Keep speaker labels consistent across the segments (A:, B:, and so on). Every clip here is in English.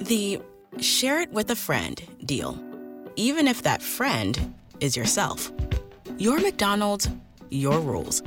A: The share it with a friend deal, even if that friend is yourself. Your McDonald's, your rules.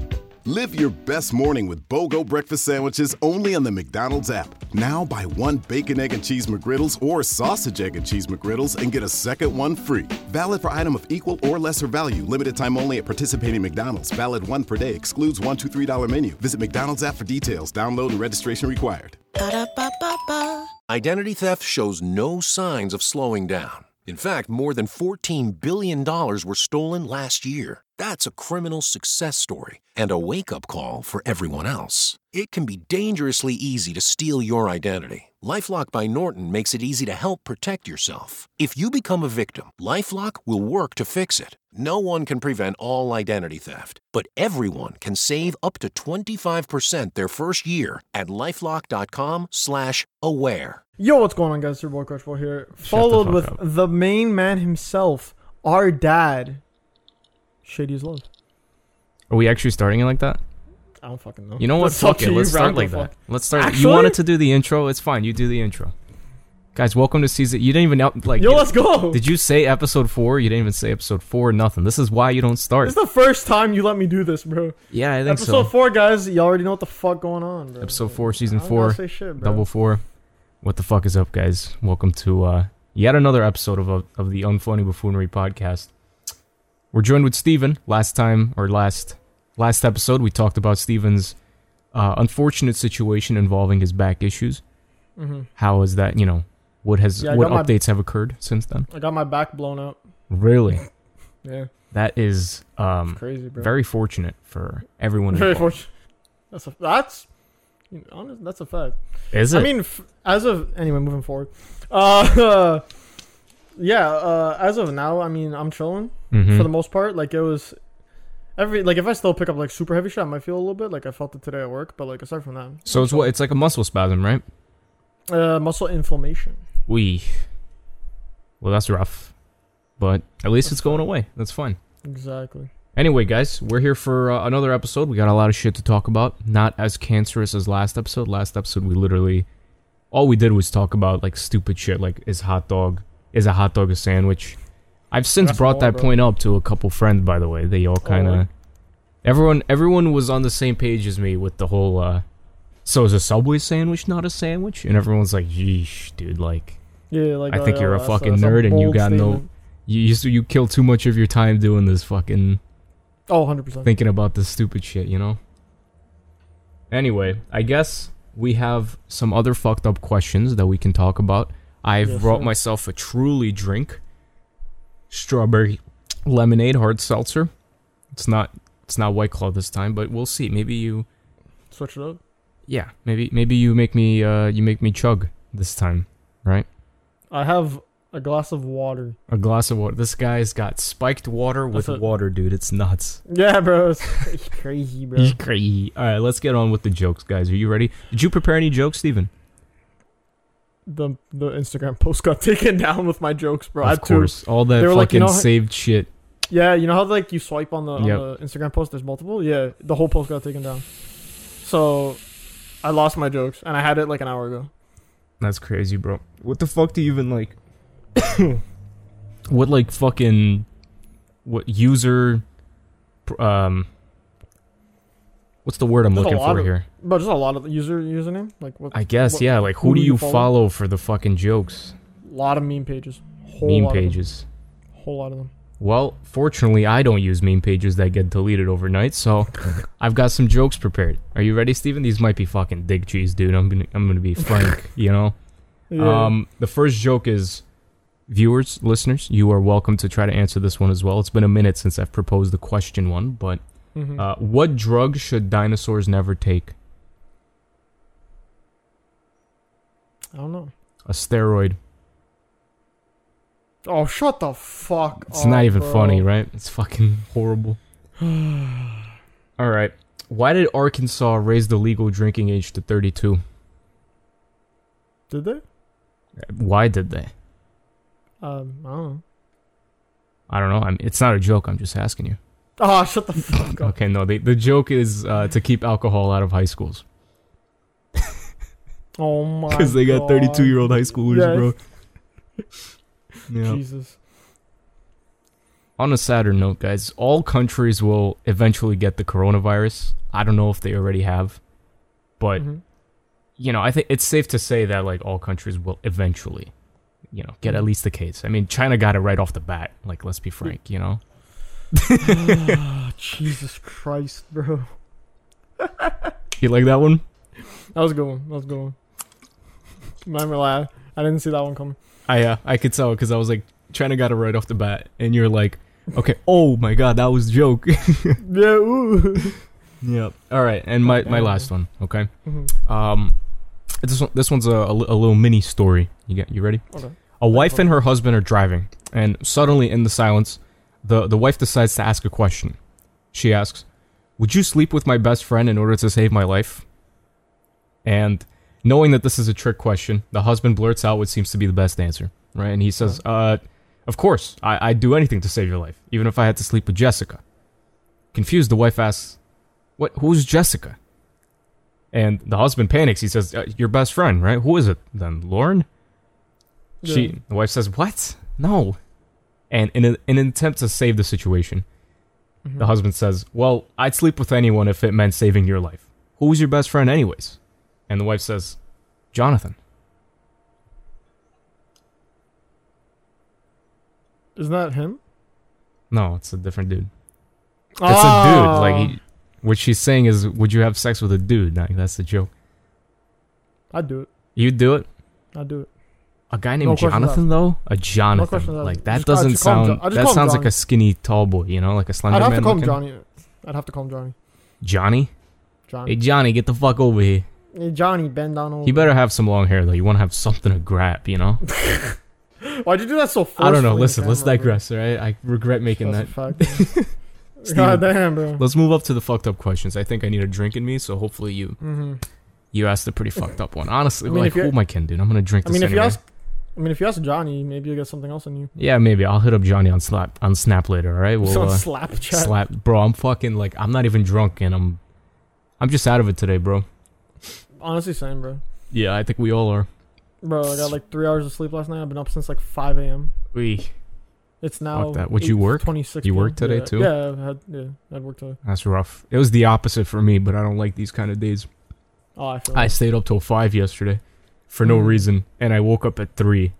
B: Live your best morning with BOGO breakfast sandwiches only on the McDonald's app. Now buy one bacon, egg, and cheese McGriddles or sausage, egg, and cheese McGriddles and get a second one free. Valid for item of equal or lesser value. Limited time only at participating McDonald's. Valid one per day. Excludes one, two, three dollar menu. Visit McDonald's app for details. Download and registration required.
A: Ba-da-ba-ba-ba.
C: Identity theft shows no signs of slowing down. In fact, more than $14 billion were stolen last year. That's a criminal success story and a wake up call for everyone else. It can be dangerously easy to steal your identity. Lifelock by Norton makes it easy to help protect yourself. If you become a victim, Lifelock will work to fix it. No one can prevent all identity theft, but everyone can save up to 25% their first year at lifelock.com/aware.
D: Yo, what's going on, guys? Super Bowl Coach Boy here,
E: the
D: followed
E: fuck
D: with
E: up.
D: the main man himself, our dad, Shady as Love.
E: Are we actually starting it like that?
D: I don't fucking know.
E: You know what?
D: That's up
E: Fuck
D: to
E: it.
D: you,
E: Let's start
D: round the
E: like that.
D: fuck.
E: Let's start. You
D: Actually?
E: wanted to do the intro. It's fine. You do the intro. Guys, welcome to season. You didn't even out like.
D: Yo, let's go.
E: Did you say episode four? You didn't even say episode four. Nothing. This is why you don't start.
D: This is the first time you let me do this, bro.
E: yeah, I think
D: Episode
E: so.
D: four, guys. Y'all already know what the fuck going on, bro.
E: Episode four, season
D: I don't
E: four,
D: gotta say shit, bro.
E: double four. What the fuck is up, guys? Welcome to uh, yet another episode of uh, of the Unfunny Buffoonery podcast. We're joined with Steven. Last time or last last episode, we talked about Steven's uh, unfortunate situation involving his back issues. How is that? You know, what has
D: Mm-hmm. Yeah, I
E: what
D: got my-
E: updates have occurred since then?
D: I got my back blown out.
E: Really,
D: Yeah,
E: that is um,
D: crazy, bro.
E: very fortunate for everyone.
D: very
E: Involved.
D: fortunate. That's a that's. you know, Honest, that's a fact.
E: Is it?
D: I mean, f- as of anyway, moving forward. Uh, yeah. Uh, as of now, I mean, I'm chilling
E: Mhm.
D: for the most part. Like it was every like if I still pick up like super heavy shit, I might feel a little bit. Like I felt it today at work, but like aside from that,
E: so it's what it's like a muscle spasm, right?
D: uh, muscle inflammation.
E: We. Well, that's rough, but at least it's going away. That's fine.
D: Exactly.
E: Anyway, guys, we're here for uh, another episode. We got a lot of shit to talk about. Not as cancerous as last episode. Last episode, we literally all we did was talk about like stupid shit, like is hot dog is a hot dog a sandwich. I've since
D: That's
E: brought
D: all,
E: that
D: bro.
E: point up to a couple friends. By the way, they all kind of
D: really?
E: everyone everyone was on the same page as me with the whole. uh So is a subway sandwich not a sandwich? And everyone's like, "Yeesh, dude! Like,
D: Yeah, like
E: I
D: uh,
E: think you're a
D: that's
E: fucking
D: that's a
E: nerd and you
D: bold
E: got no-
D: statement.
E: you you, s- you kill too much of your time doing this fucking."
D: Oh, 100 percent.
E: thinking about this stupid shit, you know? Anyway, I guess we have some other fucked up questions that we can talk about. I've
D: Yes,
E: brought
D: sir.
E: myself a truly drink. Strawberry lemonade hard seltzer. It's not it's not white claw this time, but we'll see. Maybe you
D: Switch it up.
E: yeah, maybe maybe you make me uh you make me chug this time, right?
D: I have a glass of water.
E: A glass of water. This guy's got spiked water with
D: That's it.
E: water, dude. It's nuts.
D: Yeah, bro, it's it's crazy, bro.
E: All right, let's get on with the jokes, guys. Are you ready? Did you prepare any jokes, Steven?
D: The the Instagram post got taken down with my jokes, bro. I
E: of
D: had two.
E: course, all that
D: They were
E: fucking
D: like, you know how-
E: saved shit.
D: Yeah, you know how like you swipe on the,
E: Yep.
D: on the Instagram post. There's multiple. Yeah, the whole post got taken down. So, I lost my jokes, and I had it like an hour ago.
E: That's crazy, bro. What the fuck do you even like? what like fucking what user? pr- Um, what's the word I'm
D: There's a
E: looking
D: lot
E: for
D: of-
E: here?
D: But just a lot of user username. Like what?
E: I guess
D: what-
E: yeah. Like who, do you follow? for the fucking jokes?
D: A lot of meme pages. Whole
E: meme
D: lot of them.
E: pages.
D: Whole lot of them.
E: Well, fortunately, I don't use meme pages that get deleted overnight, so I've got some jokes prepared. Are you ready, Steven? These might be fucking dick cheese, dude. I'm gonna, I'm gonna be frank, you know.
D: Yeah.
E: Um, the first joke is, viewers, listeners, you are welcome to try to answer this one as well. It's been a minute since I've proposed the question one, but
D: Mhm.
E: uh, what drug should dinosaurs never take?
D: I don't know.
E: A steroid.
D: Oh, shut the fuck.
E: It's
D: up,
E: not even
D: Oh, bro.
E: funny, right? It's fucking horrible. All right. Why did Arkansas raise the legal drinking age to 32?
D: Did they?
E: Why did they?
D: Um, I don't know.
E: I don't know. I mean, it's not a joke. I'm just asking you.
D: Oh, shut the fuck up.
E: Okay, no. The the joke is uh, to keep alcohol out of high schools.
D: Oh my.
E: because they got
D: God.
E: 32 year old high schoolers,
D: Yes.
E: bro. Yeah.
D: Jesus.
E: On a sadder note, guys, all countries will eventually get the coronavirus. I don't know if they already have, but
D: Mhm.
E: you know, I think it's safe to say that like all countries will eventually, you know,
D: Mm-hmm.
E: get at least the case. I mean, China got it right off the bat. Like, let's be frank, you know.
D: Ah, Jesus Christ, bro.
E: You like that one?
D: That was a good one. That was a good one. Not gonna lie, I didn't see that one coming.
E: I uh, I could tell because I was like, China got it right off the bat, and you're like, okay, oh my god, that was a joke.
D: Yeah. Ooh.
E: Yep. All right, and my, my last one. Okay.
D: Mhm.
E: Um, this one, this one's a, a li- a little mini story. You get you ready?
D: Okay.
E: A wife and her husband are driving, and suddenly in the silence, the the wife decides to ask a question. She asks, "Would you sleep with my best friend in order to save my life?" And knowing that this is a trick question, the husband blurts out what seems to be the best answer. Right, and he says, "Uh, of course, I, I'd do anything to save your life, even if I had to sleep with Jessica." Confused, the wife asks, what? Who's Jessica? And the husband panics. He says, uh, "Your best friend, right? Who is it then? Lauren?"
D: Yeah.
E: She, the wife, says, "What? No." And in, a, in an attempt to save the situation, the husband says, "Well, I'd sleep with anyone if it meant saving your life. Who was your best friend, anyways?" And the wife says, "Jonathan."
D: Isn't that him?
E: No, it's a different dude.
D: It's
E: It's a
D: Ah.
E: dude. Like, he, what she's saying is, "Would you have sex with a dude?" Like, that's the joke.
D: I'd do it.
E: You'd do it.
D: I'd do it.
E: A guy named
D: questions
E: Jonathan, though? A Jonathan.
D: questions asked.
E: like,
D: Just
E: that
D: call-
E: doesn't
D: just call him
E: sound.
D: Jo- I just
E: that
D: call him
E: sounds like
D: Johnny.
E: a skinny, tall boy, you know? Like a slender
D: I'd have
E: man
D: to call him
E: looking.
D: Johnny. I'd have to call him Johnny.
E: Johnny? Hey,
D: Johnny.
E: Johnny, get the fuck over here.
D: Hey, Johnny, bend down over.
E: He better have some long hair, though. You want to have something to grab, you know?
D: Why'd you do that so fast?
E: I don't know. Listen, let's digress, all right? I regret making
D: That's
E: that.
D: a fact. God damn, bro.
E: Let's move up to the fucked up questions. I think I need a drink in me, so hopefully you
D: hmm
E: you asked a pretty fucked up one. Honestly,
D: I mean,
E: like,
D: if you-
E: who am I kidding, dude? I'm going to drink
D: I
E: this
D: mean, if you
E: anyway.
D: ask, I mean, if you ask Johnny, maybe you'll get something else on you.
E: Yeah, maybe. I'll hit up Johnny on, slap, on Snap later, all right? We'll,
D: Some
E: uh,
D: slap chat.
E: Slap, bro. I'm fucking like I'm not even drunk, and I'm I'm just out of it today, bro.
D: Honestly, same, bro.
E: Yeah, I think we all are.
D: Bro, I got like three hours of sleep last night. I've been up since like 5 a.m.
E: We.
D: It's now.
E: that. Would you work?
D: 26
E: You worked today,
D: yeah.
E: too?
D: Yeah, I had, yeah, I had work today.
E: That's rough. It was the opposite for me, but I don't like these kind of days.
D: Oh, I feel.
E: I
D: it.
E: stayed up till five yesterday, for no
D: Mm.
E: reason, and I woke up at three.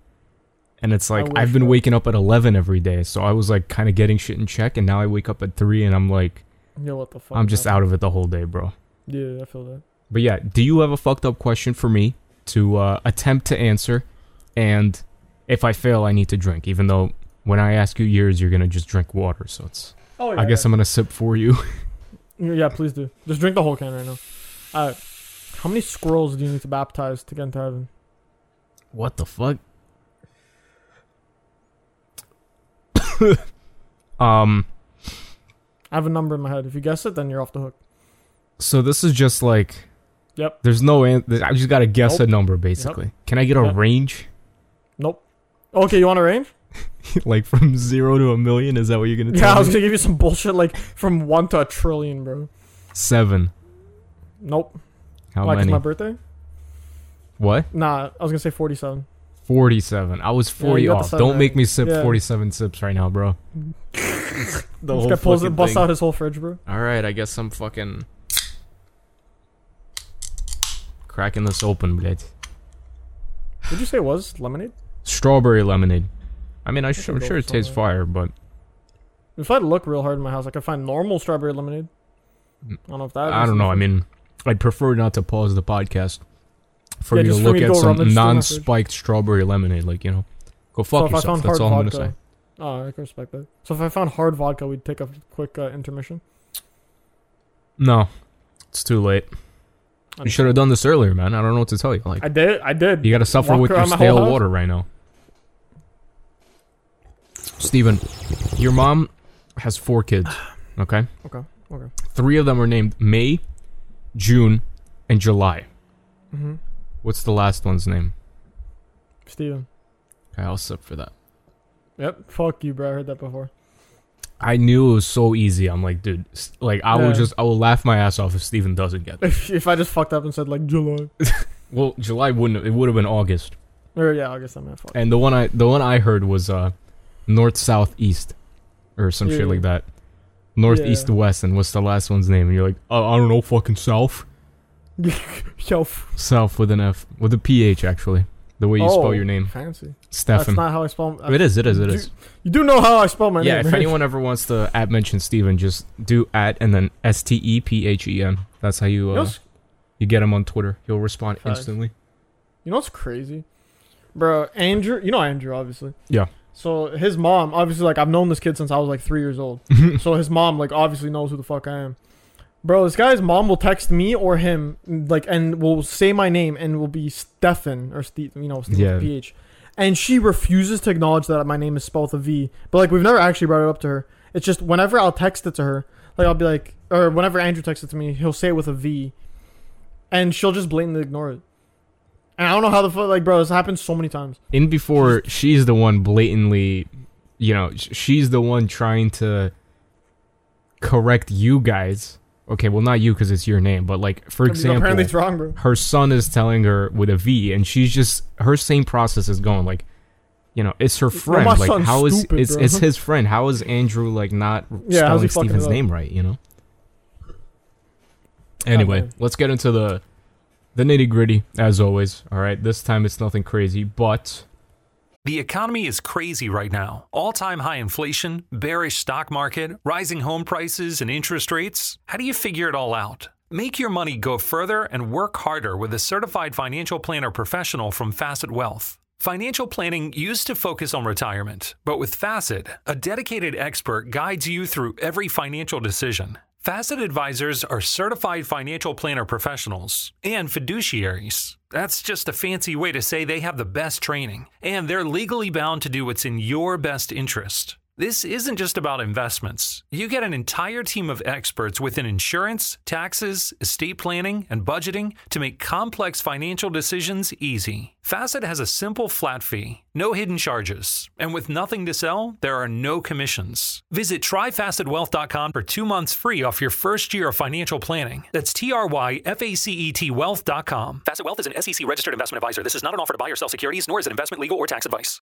E: And it's like
D: wish,
E: I've been
D: bro.
E: waking up at eleven every day, so I was like kind of getting shit in check, and now I wake up at three, and I'm like
D: Yo, what the fuck?
E: I'm just
D: man?
E: out of it the whole day, bro.
D: Yeah, I feel that.
E: But yeah, do you have a fucked up question for me to uh, attempt to answer? And if I fail, I need to drink. Even though when I ask you yours, you're gonna just drink water. So it's.
D: Oh, yeah.
E: I guess I'm gonna sip for you.
D: I'm. Yeah, please do. Just drink the whole can right now. All right. How many squirrels do you need to baptize to get into heaven?
E: what the fuck? um.
D: I have a number in my head. If you guess it, then you're off the hook.
E: So this is just like.
D: Yep.
E: There's no. An- I just gotta guess
D: Nope.
E: a number basically. Can I get a
D: Yep.
E: range?
D: Nope. Okay, you want a range?
E: like from zero to a million? Is that what you're gonna?
D: Yeah,
E: Tell
D: I was
E: me?
D: gonna give you some bullshit like from one to a trillion, bro.
E: Seven.
D: Nope.
E: How
D: Why? 'cause
E: many?
D: my birthday?
E: what?
D: Nah, I was gonna say forty-seven.
E: 47. I was 40
D: you got the
E: off.
D: seven
E: Don't
D: right.
E: make me sip
D: Yeah.
E: 47 sips right now, bro. the
D: This guy pulls it, busts out his whole fridge, bro.
E: All right, I guess I'm fucking cracking this open, blade.
D: Did you say it was lemonade?
E: Strawberry lemonade. I mean, I sh-
D: can
E: I'm
D: go
E: sure it
D: with
E: tastes fire, but
D: If I look real hard in my house, I could find normal strawberry lemonade. I don't know if that.
E: I
D: is
E: don't know. I
D: different.
E: mean, I'd prefer not to pause the podcast for
D: Yeah,
E: you to
D: just for
E: look
D: me to
E: at
D: go rummage through
E: some
D: my
E: non-spiked strawberry lemonade, like you know. Go fuck
D: if I
E: yourself.
D: found
E: That's all
D: hard
E: I'm gonna say.
D: vodka- Oh, I can respect that. So if I found hard vodka, we'd take a quick uh, intermission.
E: No, it's too late. You should have done this earlier, man. I don't know what to tell you. Like,
D: I did. I did.
E: You gotta suffer
D: Walk
E: with your
D: around my whole
E: stale
D: house.
E: water right now. Steven, your mom has four kids, okay?
D: Okay. Okay.
E: Three of them are named May, June, and July.
D: Mm-hmm.
E: What's the last one's name?
D: Steven.
E: Okay, I'll sip for that.
D: Yep. Fuck you, bro. I heard that before.
E: I knew it was so easy. I'm like, dude, s- like I will
D: Yeah.
E: just, I will laugh my ass off if Steven doesn't get it.
D: If, if I just fucked up and said like July,
E: Well, July wouldn't. It would have been August.
D: Or yeah, I guess I'm at fuck.
E: And the one I the one I heard was uh, north, south, east, or some
D: Yeah.
E: shit like that. North,
D: Yeah.
E: east, west, and what's the last one's name? And you're like, oh, I don't know, fucking south,
D: Shelf. Oh,
E: south with an F, with a PH actually. The way you spell your name,
D: Fancy. That's
E: Stefan.
D: not how I spell.
E: it is. It is. It
D: Do-
E: is.
D: You do know how I spell my
E: Yeah.
D: name.
E: If
D: right?
E: anyone ever wants to at mention Steven, just do at and then S T E P H E N. That's how
D: You
E: you
D: know,
E: uh,
D: what's-
E: you get him on Twitter. He'll respond
D: Facts.
E: instantly.
D: you know what's crazy, bro? Andrew, you know Andrew, obviously.
E: Yeah.
D: So his mom, obviously, like I've known this kid since I was like three years old. so his mom, like, obviously knows who the fuck I am. Bro, this guy's mom will text me or him, like, and will say my name and will be Stefan or Steve, you know, Steve
E: Yeah.
D: with a PH. And she refuses to acknowledge that my name is spelled with a V. But like, we've never actually brought it up to her. It's just whenever I'll text it to her, like I'll be like, or whenever Andrew texts it to me, he'll say it with a V, and she'll just blatantly ignore it. And I don't know how the fuck, like, bro, this happens so many times.
E: in before she's the one blatantly you know sh- she's the one trying to correct you guys okay well not you because it's your name but like for example
D: apparently it's wrong, bro.
E: her son is telling her with a v and she's just her same process is going like you know it's her friend
D: my
E: like
D: son's
E: how is
D: stupid,
E: it's
D: bro.
E: it's his friend how is andrew like not
D: Yeah, how's he
E: spelling
D: fucking
E: steven's
D: up?
E: name right you know anyway
D: man.
E: let's get into the the nitty gritty as always all right this time it's nothing crazy but
F: The economy is crazy right now. All time high inflation, bearish stock market, rising home prices, and interest rates. How do you figure it all out? Make your money go further and work harder with a certified financial planner professional from Facet Wealth. Financial planning used to focus on retirement, but with Facet, a dedicated expert guides you through every financial decision. Facet advisors are certified financial planner professionals and fiduciaries. That's just a fancy way to say they have the best training, and they're legally bound to do what's in your best interest. This isn't just about investments. You get an entire team of experts within insurance, taxes, estate planning, and budgeting to make complex financial decisions easy. Facet has a simple flat fee, no hidden charges, and with nothing to sell, there are no commissions. Visit tryfacetwealth.com for two months free off your first year of financial planning. That's T R Y F A C E T wealth.com. Facet Wealth is an SEC registered investment advisor. This is not an offer to buy or sell securities, nor is it investment, legal, or tax advice.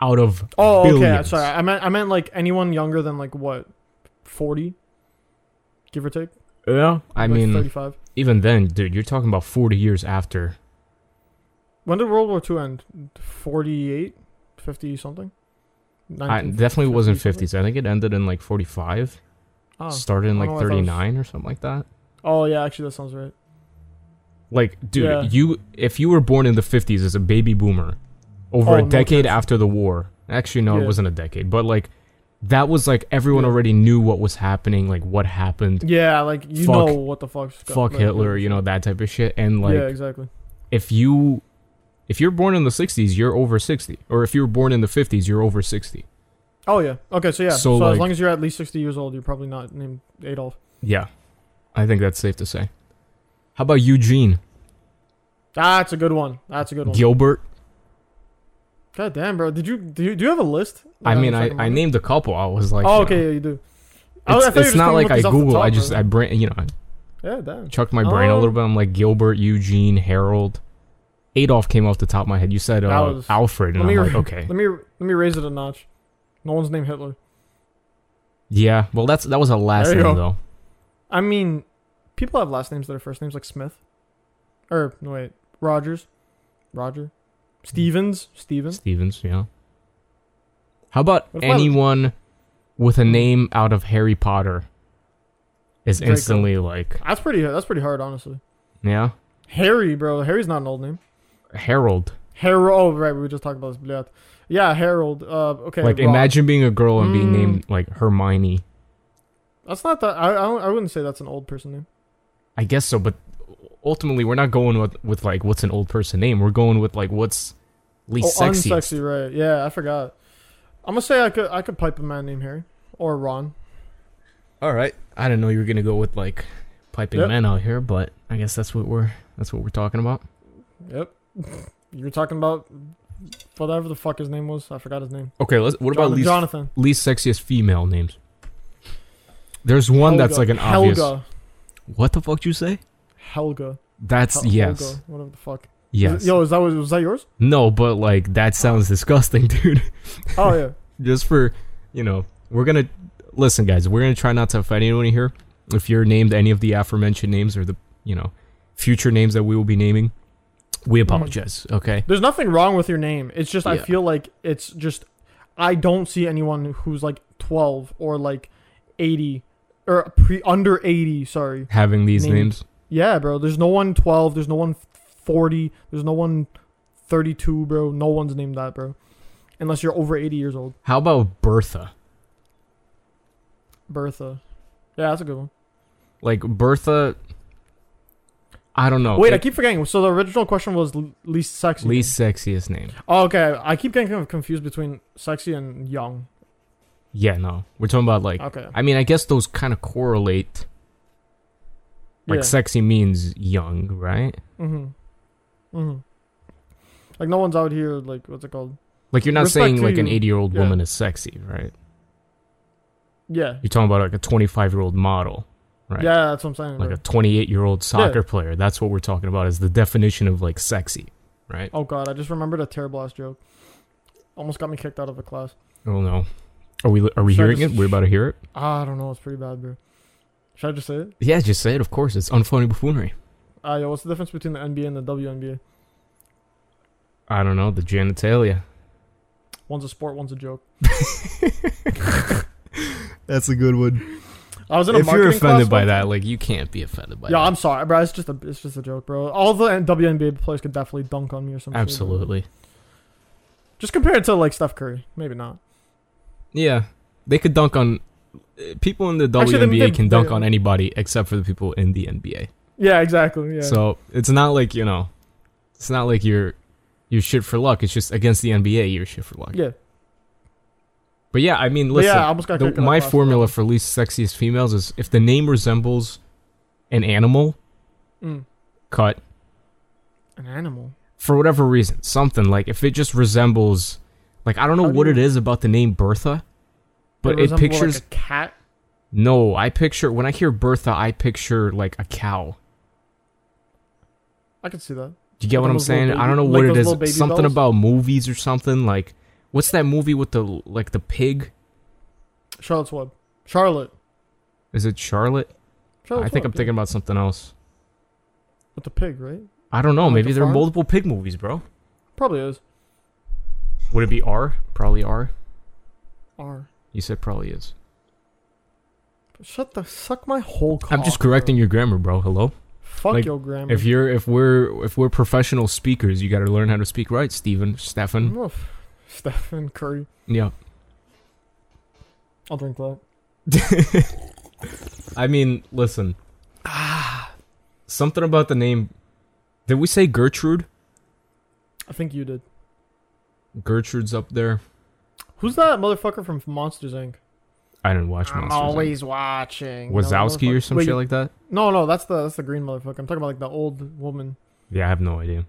E: out of
D: Oh, okay.
E: billions.
D: Sorry, I meant I meant like anyone younger than like what, forty, give or take.
E: Yeah, I
D: Like,
E: mean,
D: thirty-five.
E: even then, dude, you're talking about 40 years after.
D: When did World War II end? 48? 50 something?
E: I
D: 1950
E: definitely wasn't
D: something?
E: 50s. I think it ended in like 45,
D: Oh,
E: started in
D: I don't
E: like
D: know why I thought it was-
E: 39 or something like that.
D: Oh, yeah, actually, that sounds right.
E: Like, dude,
D: Yeah.
E: you if you were born in the 50s as a baby boomer, over
D: Oh,
E: a
D: no
E: decade
D: chance.
E: after the war. Actually, no, it
D: Yeah.
E: wasn't a decade, but like that was like everyone
D: Yeah.
E: already knew what was happening, like what happened.
D: Yeah, like, you
E: Fuck-
D: know what the fuck's go-
E: Fuck
D: like,
E: Hitler, you know that type of shit. And like,
D: yeah, exactly.
E: if you if you're born in the 60s, you're over 60, or if you were born in the 50s, you're over 60.
D: Oh, yeah. Okay, so yeah. So,
E: So, like-
D: as long as you're at least 60 years old, you're probably not named Adolf.
E: Yeah, I think that's safe to say. How about Eugene
D: That's a good one. That's a good one.
E: Gilbert?
D: God damn, bro. Did you do you, do you have a list?
E: I
D: Yeah,
E: mean,
D: I'm
E: I,
D: talking
E: I
D: about-
E: named a couple. I was like,
D: Oh,
E: you
D: okay,
E: know,
D: yeah, you do. I- I
E: It's,
D: thought you were
E: it's
D: just
E: not
D: gonna
E: like
D: look
E: I
D: these off the
E: Google.
D: top,
E: I just
D: right?
E: I brain you know I
D: Yeah, damn.
E: chucked my brain a
D: Oh.
E: little bit. I'm like Gilbert, Eugene, Harold, Adolf came off the top of my head. You said
D: That
E: uh,
D: was-
E: Alfred, and
D: Let me,
E: I'm like,
D: ra-
E: okay,
D: let me let me raise it a notch. No one's named Hitler.
E: yeah. Well, that's that was a last
D: There you
E: name
D: go.
E: though.
D: I mean, people have last names that are first names, like Smith. Or, no, wait. Rogers. Roger. Stevens. Stevens.
E: Stevens, yeah. How about
D: What if I-
E: anyone with a name out of Harry Potter is
D: Draco.
E: instantly like,
D: That's pretty That's pretty hard, honestly.
E: yeah,
D: Harry, bro. Harry's not an old name.
E: Harold.
D: Harold. Oh, right. We were just talked about this. Bleh. Yeah, Harold. Uh, okay. Hmm.
E: like,
D: Ron.
E: imagine being a girl and being named like Hermione.
D: That's not that. I, I, don't, I wouldn't say that's an old person name.
E: I guess so, but ultimately, we're not going with with like what's an old person name. We're going with like what's
D: Oh,
E: least sexy.
D: unsexy, right. Yeah, I forgot. I'm going to say I could I could pipe a man named Harry. Or Ron.
E: All right, I didn't know you were gonna go with like piping
D: Yep.
E: men out here, but I guess that's what we're that's what we're talking about.
D: Yep. you were talking about whatever the fuck his name was. I forgot his name.
E: Okay, let's, what
D: Jon-
E: about least
D: Jonathan.
E: least sexiest female names? There's one that's like
D: Helga.
E: an obvious.
D: Helga.
E: What the fuck you say?
D: Helga.
E: That's
D: Hel-
E: yes,
D: Helga, whatever the fuck. Is
E: yes.
D: it- yo, is that was, was that yours?
E: No, but like that sounds disgusting, dude.
D: Oh yeah.
E: just for you know we're gonna listen guys we're gonna try not to offend anyone here if you're named any of the aforementioned names or the you know future names that we will be naming we
D: Mm-hmm.
E: apologize okay
D: There's nothing wrong with your name. It's just I
E: Yeah.
D: feel like it's just I don't see anyone who's like 12 or like 80 or pre under 80. Sorry.
E: having these
D: Named.
E: names
D: Yeah, bro. There's no one 12. There's no one 40. There's no one 32, bro. No one's named that, bro. Unless you're over 80 years old.
E: how about bertha
D: Bertha. Yeah, that's a good one.
E: like bertha i don't know
D: Wait, I
E: It-
D: keep forgetting. So the original question was l- least sexy.
E: least sexiest name
D: Oh, okay, I keep getting kind of confused between sexy and young.
E: yeah no we're talking about like
D: Okay.
E: i mean i guess those kind of correlate like
D: yeah.
E: sexy means young right
D: Mm-hmm. like no one's out here like what's it called?
E: like you're not
D: Respect
E: saying
D: to
E: like an
D: you.
E: 80 year old
D: Yeah.
E: woman is sexy right
D: Yeah.
E: You're talking about like a 25 year old model, right?
D: Yeah, that's what I'm saying.
E: Like
D: bro.
E: a 28 year old soccer player. That's what we're talking about is the definition of like sexy, right?
D: oh god, I just remembered a terrible ass joke. Almost got me kicked out of a class.
E: Oh no. Are we are we
D: Should I
E: hearing
D: just-
E: it? We're about to hear it.
D: Ah, I don't know, it's pretty bad, bro. Should I just say it?
E: Yeah, just say it. Of course, it's unfunny buffoonery.
D: Ah, yo, what's the difference between the NBA and the WNBA?
E: I don't know the genitalia.
D: One's a sport, one's a joke.
E: That's a good one.
D: I was in a
E: If you're
D: marketing
E: offended
D: class
E: by
D: one
E: that,
D: time-
E: like you can't be offended by
D: yeah,
E: that.
D: I'm sorry, bro. It's just a, it's just a joke, bro. All the WNBA players could definitely dunk on me or
E: Mm-hmm.
D: something.
E: Absolutely.
D: Just compare it to like Steph Curry. Maybe not.
E: Yeah, they could dunk on uh, people in the WNBA
D: Actually, they- they-
E: can dunk
D: they-
E: on anybody except for the people in the NBA.
D: Yeah, exactly. Yeah.
E: So it's not like you know, it's not like you're you're shit for luck. It's just against the NBA, you're shit for luck.
D: yeah.
E: But yeah, I mean,
D: But
E: listen,
D: yeah, I almost got
E: the-
D: kicked out of
E: my
D: class.
E: formula for least sexiest females is if the name resembles an animal,
D: Mm.
E: cut
D: An animal.
E: for whatever reason, something like if it just resembles, like I don't know
D: How do
E: what
D: you-
E: it is about the name Bertha, But it,
D: resemble, like,
E: pictures.
D: a cat.
E: no, I picture when I hear Bertha, I picture like a cow.
D: I can see that.
E: Do you get
D: Like
E: what I'm
D: those little
E: saying? I
D: baby-
E: don't know
D: like
E: what
D: those
E: it
D: little baby
E: is. Something
D: dolls?
E: about movies or something like. What's that movie with the like the pig?
D: Charlotte's Web. Charlotte.
E: Is it Charlotte?
D: Charlotte's
E: I think
D: Web,
E: I'm
D: yeah.
E: thinking about something else.
D: with the pig, right?
E: I don't know.
D: Like
E: maybe
D: the
E: there are
D: farm?
E: multiple pig movies, bro.
D: Probably is.
E: Would it be R? Probably R.
D: R.
E: You said probably is.
D: Shut the suck my whole. Cock,
E: I'm just correcting your grammar, bro. Hello.
D: Bro. Fuck
E: like,
D: your grammar.
E: If you're if we're if we're professional speakers, you got to learn how to speak right, Stephen, Stefan.
D: Oof. Stephen Curry.
E: Yeah.
D: I'll drink that.
E: I mean, listen. Ah, something about the name. Did we say Gertrude?
D: I think you did.
E: Gertrude's up there.
D: Who's that motherfucker from Monsters Inc?
E: I didn't watch Monsters. Inc.
D: watching.
E: Wazowski or some shit like that.
D: No, no, that's the that's the green motherfucker. I'm talking about like the old woman.
E: Yeah, I have no idea.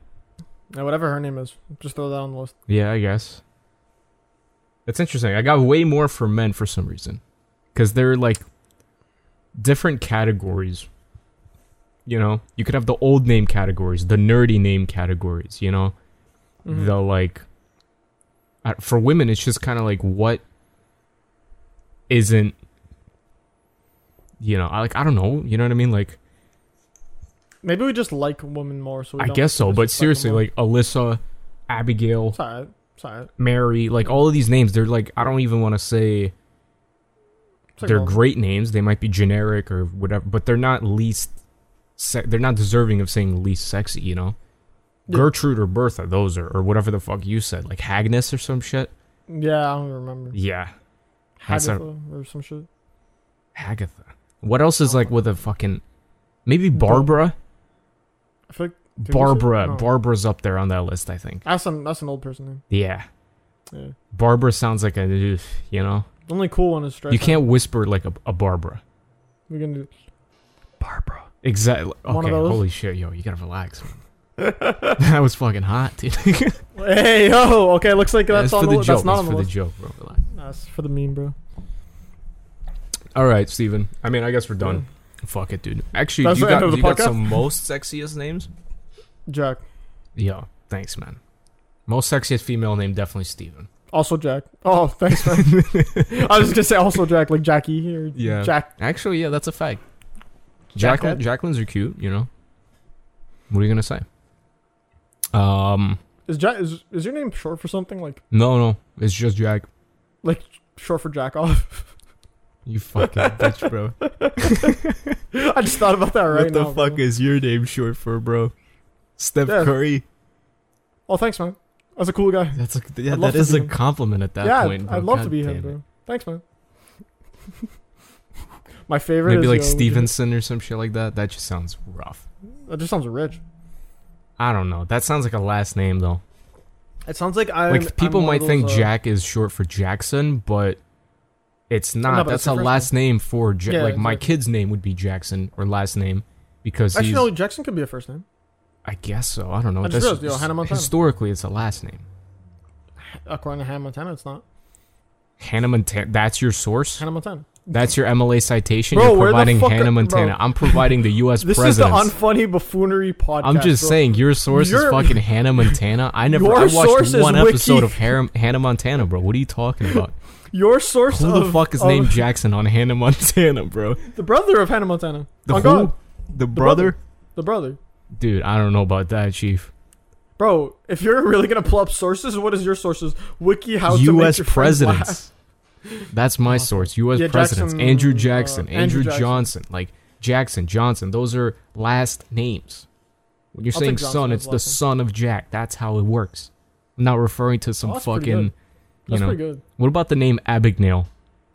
D: Yeah, whatever her name is. Just throw that on the list.
E: Yeah, I guess. It's interesting. I got way more for men for some reason, because they're like different categories. You know, you could have the old name categories, the nerdy name categories. You know, the like. I- For women, it's just kind of like what isn't. You know, I like I don't know. You know what I mean? Like
D: Maybe we just like women more. So we
E: I
D: don't
E: guess so, but
D: disrespect them
E: seriously,
D: more.
E: like Alyssa, Abigail,
D: it's alright. It's alright.
E: Mary, like all of these names, they're like I don't even want to say
D: It's like
E: they're
D: all-
E: great names. They might be generic or whatever, but they're not least. Se- they're not deserving of saying least sexy. You know, Gertrude or Bertha, those are or whatever the fuck you said, like Hagnus or some shit.
D: Yeah, I don't remember.
E: Yeah, that's a-
D: Agatha or some shit.
E: Hagatha. What else is like with a fucking maybe Barbara?
D: I feel like, did we say-
E: Barbara,
D: no.
E: Barbara's up there on that list, I think.
D: oh. That's an that's an old person name.
E: Yeah,
D: Yeah.
E: Barbara sounds like a you know.
D: The only cool one is Streisand.
E: You can't whisper like a, a Barbara.
D: We can do.
E: Barbara. Exactly. Okay.
D: One of those?
E: Holy shit, yo, you gotta relax. man. that was fucking hot, dude. that's
D: Hey yo, okay. Looks like that's,
E: for
D: on the,
E: the
D: li-
E: joke.
D: that's not
E: that's
D: on
E: for
D: the
E: the
D: list.
E: joke, bro. Relax.
D: That's for the meme, bro.
E: All right, Steven. I mean, I guess we're done. Fuck it, dude. Actually,
D: That's
E: you,
D: the end
E: got,
D: of the
E: you got
D: podcast?
E: some most sexiest names.
D: Jack.
E: Yo, thanks, man. Most sexiest female name definitely Steven.
D: Also Jack. Oh, thanks, man. I was just gonna say also Jack, like Jackie or
E: Yeah.
D: Jack.
E: Actually, yeah, that's a fact.
D: Jack-
E: Jacqueline, Jacquelines are cute, you know. What are you gonna say? Um,
D: Is Jack is, is your name short for something like
E: no, no, it's just Jack.
D: like short for Jack off?
E: You fucking bitch, bro.
D: I just thought about that right
E: what the
D: now.
E: fuck
D: bro.
E: is your name short for, bro? Steph
D: Yeah.
E: Curry.
D: Oh, thanks, man. That's a cool guy.
E: That's a, yeah,
D: I'd love
E: that
D: to
E: is
D: be
E: a
D: him.
E: compliment at that
D: yeah,
E: point.
D: I'd-
E: bro.
D: I'd love
E: God
D: to be
E: damn
D: him,
E: it.
D: bro. Thanks, man. My favorite
E: Maybe
D: is
E: like
D: uh,
E: Stevenson or some shit like that. That just sounds rough.
D: That just sounds rich.
E: I don't know. That sounds like a last name though.
D: It sounds like I
E: Like people might think
D: uh,
E: Jack is short for Jackson, but it's
D: but
E: not.
D: that's
E: that's
D: the
E: a
D: first
E: last name for ja-
D: Yeah,
E: like my
D: exactly.
E: kid's name would be Jackson or last name because
D: Actually,
E: he's,
D: no. Jackson could be a first name.
E: I guess so. I don't know.
D: I just
E: That's-
D: realized, yo, Hannah Montana.
E: historically, it's a last name.
D: According to Hannah Montana, it's not
E: Hannah Montana. That's your source.
D: Hannah Montana.
E: That's your MLA citation.
D: Bro,
E: You're
D: where the
E: providing
D: fuck
E: Hannah
D: are-
E: Montana.
D: bro.
E: I'm providing the U.S.
D: This
E: president.
D: is the unfunny buffoonery podcast.
E: I'm just
D: bro.
E: saying your source is
D: Your-
E: fucking Hannah Montana. I never
D: Your
E: I watched
D: source is
E: one
D: Wiki.
E: episode of Har- Hannah Montana, bro. What are you talking about?
D: Your source
E: Who
D: of
E: the fuck is
D: of-
E: named Jackson on Hannah Montana, bro?
D: The brother of Hannah Montana.
E: The
D: oh,
E: who?
D: God.
E: The
D: brother.
E: brother?
D: The brother.
E: Dude, I don't know about that, chief.
D: Bro, if you're really gonna pull up sources, what is your sources? Wiki, how to make
E: U.S.
D: your friends laugh.
E: presidents. That's my source. U.S.
D: Yeah,
E: presidents.
D: Jackson,
E: Andrew
D: uh,
E: Jackson,
D: Andrew
E: Andrew
D: Jackson.
E: Johnson, like Jackson, Johnson. Those are last names. When you're
D: I'll
E: saying
D: take Johnson
E: son,
D: as
E: it's the
D: last name.
E: son of Jack. That's how it works. I'm not referring to some
D: Oh, that's pretty good.
E: fucking.
D: That's
E: you know,
D: pretty good.
E: What about the name Abigail?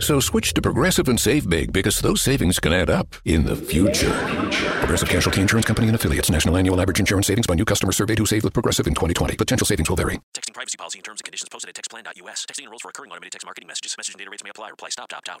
G: So switch to Progressive and save big because those savings can add up in the future. Progressive Casualty Insurance Company and affiliates. National annual average insurance savings by new customer surveyed who saved with Progressive in 2020. Potential savings will vary.
H: Texting privacy policy and terms and conditions posted at textplan.us. Texting enrolls for recurring automated text marketing messages. Message and data rates may apply. Reply stop to opt out.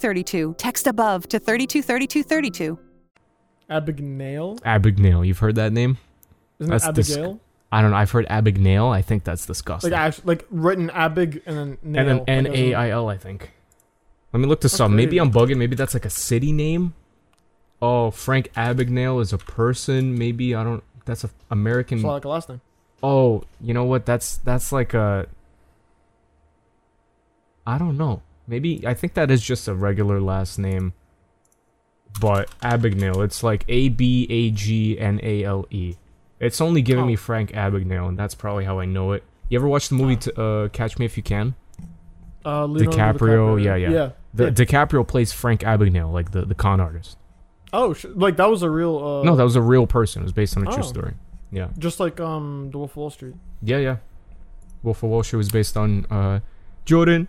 I: 3232. Text above to 323232.
D: Abigail?
E: Abigail. You've heard that name?
D: Isn't it
E: dis-
D: Abigail?
E: I don't know. I've heard Abigail. I think that's
D: like
E: disgusting.
D: actually, like written abig and then nail.
E: and then
D: like,
E: N
D: as in-
E: A I L. I think. Let me look this up.
D: Okay.
E: Maybe I'm bugging. Maybe that's like a city name. Oh, Frank Abagnale is a person. Maybe I don't. That's a American.
D: It's not like a last name.
E: Oh, you know what? That's that's like a. I don't know. Maybe I think that is just a regular last name. But Abagnale, it's like A B A G N A L E. It's only giving me Frank Abagnale, and that's probably how I know it. You ever watch the movie t- uh, Catch Me If You Can?
D: Uh, Leonardo
E: DiCaprio, yeah, yeah.
D: yeah.
E: The,
D: yeah.
E: DiCaprio plays Frank Abagnale, like the, the con artist.
D: oh, sh- like that was a real. Uh,
E: no, that was a real person. It was based on a
D: Oh.
E: true story. Yeah.
D: just like um, The Wolf of Wall Street.
E: Yeah, yeah. Wolf of Wall Street was based on uh, Jordan,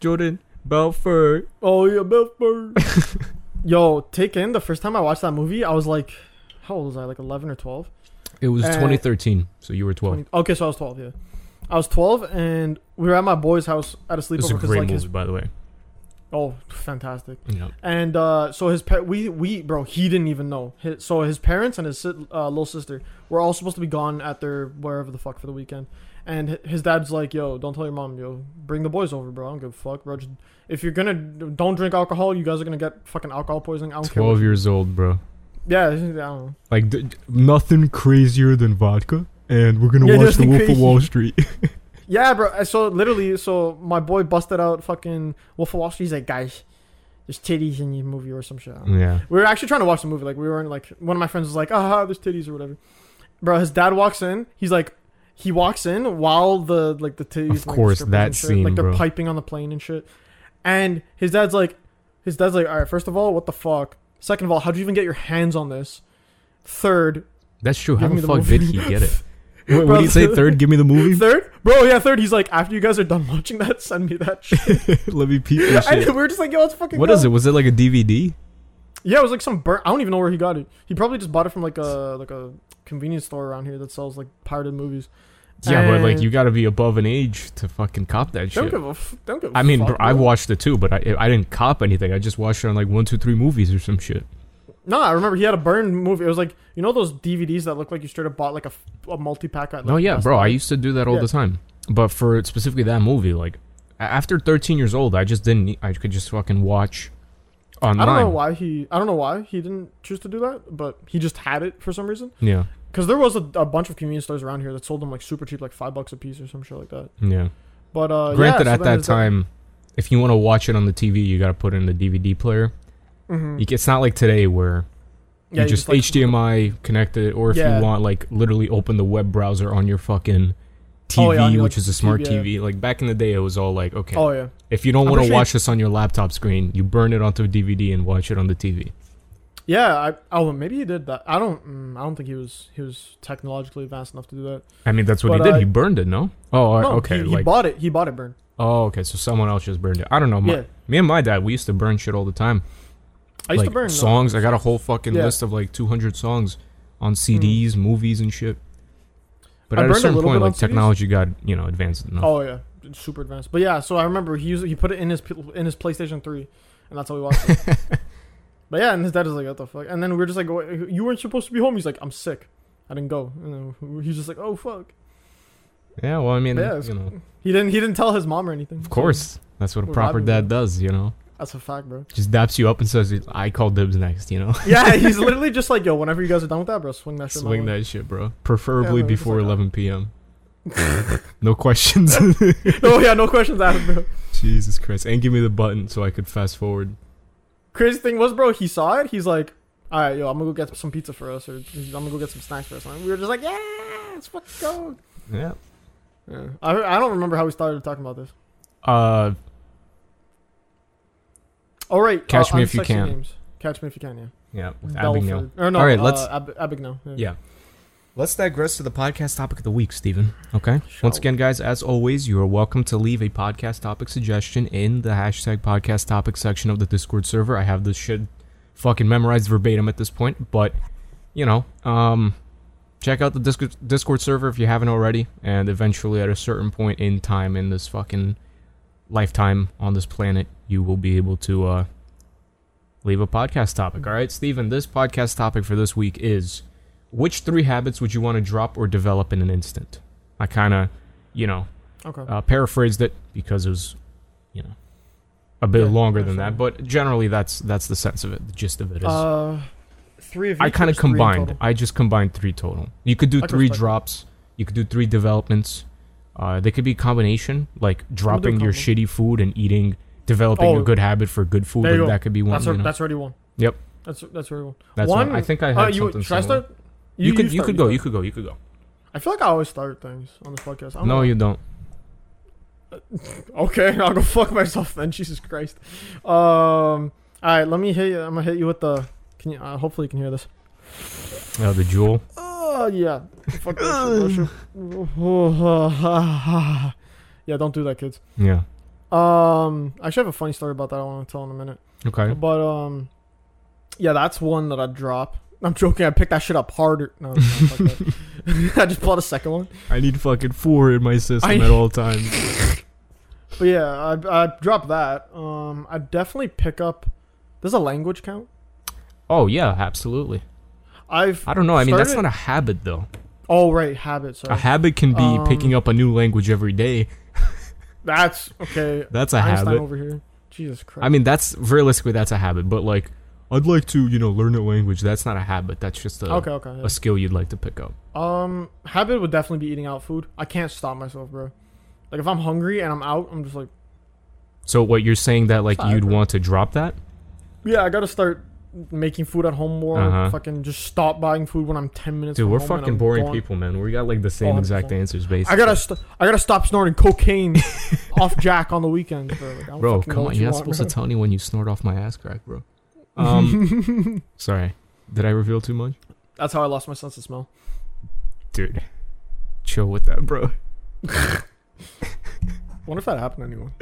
E: Jordan Belfort.
D: Oh yeah, Beth Burr. Yo, take in the first time I watched that movie, I was like, how old was I? Like eleven or twelve.
E: It was
D: Uh,
E: 2013, so you were 12.
D: 20 Okay, so I was twelve. Yeah, I was twelve, and we were at my boy's house at a sleepover.
E: this is a
D: 'cause,
E: great
D: like,
E: movie,
D: his-
E: by the way.
D: oh, fantastic.
E: Yeah.
D: And uh, so his pet, we we bro, he didn't even know. His, so his parents and his si- uh, little sister were all supposed to be gone at their wherever the fuck for the weekend. And hi- his dad's like, "Yo, don't tell your mom. Yo, bring the boys over, bro. I don't give a fuck, bro. Just, if you're gonna don't drink alcohol, you guys are gonna get fucking alcohol poisoning. I don't care.
E: 12 years old, bro.
D: Yeah, I don't know.
E: Like, d- d- nothing crazier than vodka, and we're going to
D: Yeah,
E: watch The
D: nothing
E: Wolf of
D: crazy.
E: Wall Street.
D: Yeah, bro. I- So literally, so my boy busted out fucking Wolf of Wall Street. He's like, guys, there's titties in your movie or some shit. I don't know.
E: yeah.
D: We were actually trying to watch the movie. Like we weren't like one of my friends was like, "Ah, there's titties or whatever." Bro, his dad walks in. He's like, he walks in while the like the titties.
E: Of
D: and, like,
E: course,
D: strippers
E: that
D: and shit,
E: scene,
D: like they're
E: bro.
D: piping on the plane and shit. And his dad's like, his dad's like, all right, first of all, what the fuck? Second of all, how'd you even get your hands on this? Third,
E: That's true. How
D: Give
E: the
D: me the
E: fuck
D: movie.
E: did he get it? Wait, what
D: Bro,
E: did he say?
D: the-
E: Third, give me the movie?
D: third, bro, yeah, third. He's like, after you guys are done watching that, send me that shit.
E: Let me peep this
D: And
E: shit.
D: we're just like, yo, let's fucking.
E: What
D: go.
E: is it? Was it like a DVD?
D: Yeah, it was like some burnt. I don't even know where he got it. He probably just bought it from like a like a convenience store around here that sells like pirated movies.
E: Yeah, but like
D: And-
E: you gotta be above an age to fucking cop that
D: Don't
E: shit.
D: give a f- don't give. a
E: I mean,
D: fuck,
E: bro, I watched it too, but I I didn't cop anything. I just watched it on like one, two, three movies or some shit.
D: No, I remember he had a burn movie. It was like you know those DVDs that look like you straight up bought like a, f- a multi pack. Like,
E: No, Oh, yeah,
D: Best
E: bro,
D: Buy?
E: I used to do that all
D: Yeah.
E: the time. But for specifically that movie, like a- after 13 years old, I just didn't. need- I could just fucking watch online.
D: I don't know why he. I don't know why he didn't choose to do that, but he just had it for some reason.
E: Yeah,
D: Because there was a, a bunch of convenience stores around here that sold them like super cheap, like five bucks a piece or some shit like that.
E: yeah.
D: But uh, yeah,
E: Granted,
D: so
E: at
D: then
E: that
D: his dad-
E: time, if you want to watch it on the TV, you gotta put it in the DVD player. You ca- It's not like today where
D: Mm-hmm. yeah,
E: you
D: he
E: just
D: like,
E: HDMI connect it, or if
D: Yeah.
E: you want, like literally open the web browser on your fucking TV,
D: Oh, yeah, on your,
E: which
D: like,
E: is a smart
D: TV, yeah.
E: TV. Like back in the day, it was all like, okay,
D: Oh yeah.
E: if you don't
D: I'm
E: want to
D: pretty sure
E: watch this on your laptop screen, you burn it onto a DVD and watch it on the TV.
D: Yeah, I oh maybe he did that. I don't mm, I don't think he was he was technologically advanced enough to do that.
E: I mean, that's what
D: But
E: he did.
D: I-
E: he burned it, no? Oh, all right,
D: No,
E: okay.
D: he, he
E: like,
D: bought it. He bought it burned.
E: oh, okay. So someone else just burned it. I don't know. My,
D: Yeah.
E: Me and my dad, we used to burn shit all the time.
D: I used
E: like
D: to burn uh,
E: songs. I got a whole fucking
D: Yeah. Hmm.
E: list of like 200 songs on CDs, movies, and shit. But
D: I
E: at a
D: burned a
E: certain
D: little
E: point,
D: bit on
E: like
D: CDs.
E: technology got you know advanced enough.
D: Oh yeah, it's super advanced. But yeah, so I remember he used, he put it in his p- in his PlayStation Three, and that's how we watched it. but yeah, and his dad is like, "What the fuck?" And then we are just like, "Wait, "You weren't supposed to be home." He's like, "I'm sick." I didn't go. And then he's just like, oh fuck.
E: Yeah, well, I mean,
D: But yeah, it's-
E: you know,
D: he didn't he didn't tell his mom or anything.
E: of course, that's what a
D: We're
E: proper
D: vibing,
E: dad does, you know.
D: That's a fact, bro.
E: Just daps you up and says, "I call dibs next," you know.
D: yeah, he's literally just like, yo, whenever you guys are done with that, bro, swing that shit. my
E: Swing
D: way."
E: that shit, bro. Preferably
D: Yeah, man, just
E: before 11 p.m. no questions.
D: oh yeah, no questions asked, bro.
E: Jesus Christ. And give me the button so I could fast forward.
D: Crazy thing was, bro, he saw it. He's like, all right, yo, I'm gonna go get some pizza for us, or I'm gonna go get some snacks for us. And we were just like, yeah, let's fucking go.
E: Yeah.
D: Yeah. I, I don't remember how we started talking about this.
E: Uh,
D: All Oh, right,
E: Catch Me If You
D: unsection
E: Can.
D: Games. Catch me if you can, yeah.
E: Yeah, with
D: Belford.
E: Abigail.
D: Or no,
E: All right,
D: uh,
E: let's-
D: Ab- Abigail. Yeah.
E: Yeah. Let's digress to the podcast topic of the week, Steven. Okay. Once again, guys, as always, you are welcome to leave a podcast topic suggestion in the hashtag podcast topic section of the Discord server. I have this shit fucking memorized verbatim at this point, but you know, um, check out the Discord, Discord server if you haven't already. And eventually, at a certain point in time in this fucking lifetime on this planet, you will be able to uh, leave a podcast topic. All right, Steven, this podcast topic for this week is which three habits would you want to drop or develop in an instant? I kind of, you know,
D: Okay.
E: uh, paraphrased it because it was, you know, a bit longer than that, but generally that's that's the sense of it, the gist of it is.
D: Uh, three of
E: I
D: each or
E: kind of
D: three in
E: combined.
D: total?
E: I just combined three total. You could
D: I
E: do
D: can
E: three
D: respect that.
E: drops. You could do three developments. Uh, they could be a combination, like dropping your
D: combo.
E: shitty food and eating, developing
D: Oh.
E: a good habit for good food.
D: There you
E: Like
D: go.
E: that could be one.
D: That's,
E: you
D: al-
E: know.
D: that's already one.
E: Yep.
D: That's that's already one.
E: That's one. I think I
D: uh,
E: had
D: you,
E: something
D: Should I
E: similar.
D: start?
E: You, could. You,
D: start,
E: could go.
D: start.
E: You could go. You could go.
D: I feel like I always start things on this podcast. I don't
E: No,
D: know.
E: you don't.
D: Okay, I'll go fuck myself then. Jesus Christ. Um. All right, let me hit. You. I'm gonna hit you with the. Can you? Uh, hopefully, you can hear this.
E: Oh, the jewel.
D: Oh yeah. Fuck that shit, that shit. yeah, don't do that, kids.
E: Yeah.
D: Um, I actually have a funny story about that. I want to tell in a minute.
E: Okay.
D: But um, yeah, that's one that I drop. I'm joking. I picked that shit up harder. No, no fuck that. I just bought a second one.
E: I need fucking four in my system
D: I-
E: at all times.
D: But yeah, I, I drop that. Um, I definitely pick up. Does a language count?
E: oh yeah, absolutely.
D: I've.
E: I don't know. I mean, that's
D: started-
E: not a habit though. Um,
D: Oh right, habits.
E: A habit can be picking up a new language every day.
D: That's okay.
E: That's a
D: Einstein
E: habit.
D: over here. Jesus Christ.
E: I mean, that's realistically that's a habit, but like, I'd like to, you know, learn a language. That's not a habit. That's just a
D: Okay, okay, yeah.
E: a skill you'd like to pick up.
D: Um, habit would definitely be eating out food. I can't stop myself, bro. Like if I'm hungry and I'm out, I'm just like,
E: So what you're saying that like you'd want to drop that?
D: yeah, I gotta start making food at home more.
E: Uh-huh. Fucking
D: Fucking just stop buying food when I'm ten minutes.
E: Dude,
D: from
E: we're
D: home and
E: fucking
D: I'm
E: boring
D: gone.
E: people, man. We got like the same exact answers, basically.
D: I gotta, st- I gotta stop snorting cocaine off Jack on the weekends, bro. Like, I don't
E: bro,
D: fucking know
E: come
D: what
E: on. You're not
D: want,
E: supposed
D: bro.
E: to tell anyone you snort off my ass crack, bro. Um, sorry, did I reveal too much?
D: That's how I lost my sense of smell.
E: Dude, chill with that, bro.
D: Wonder if that happened to anyone.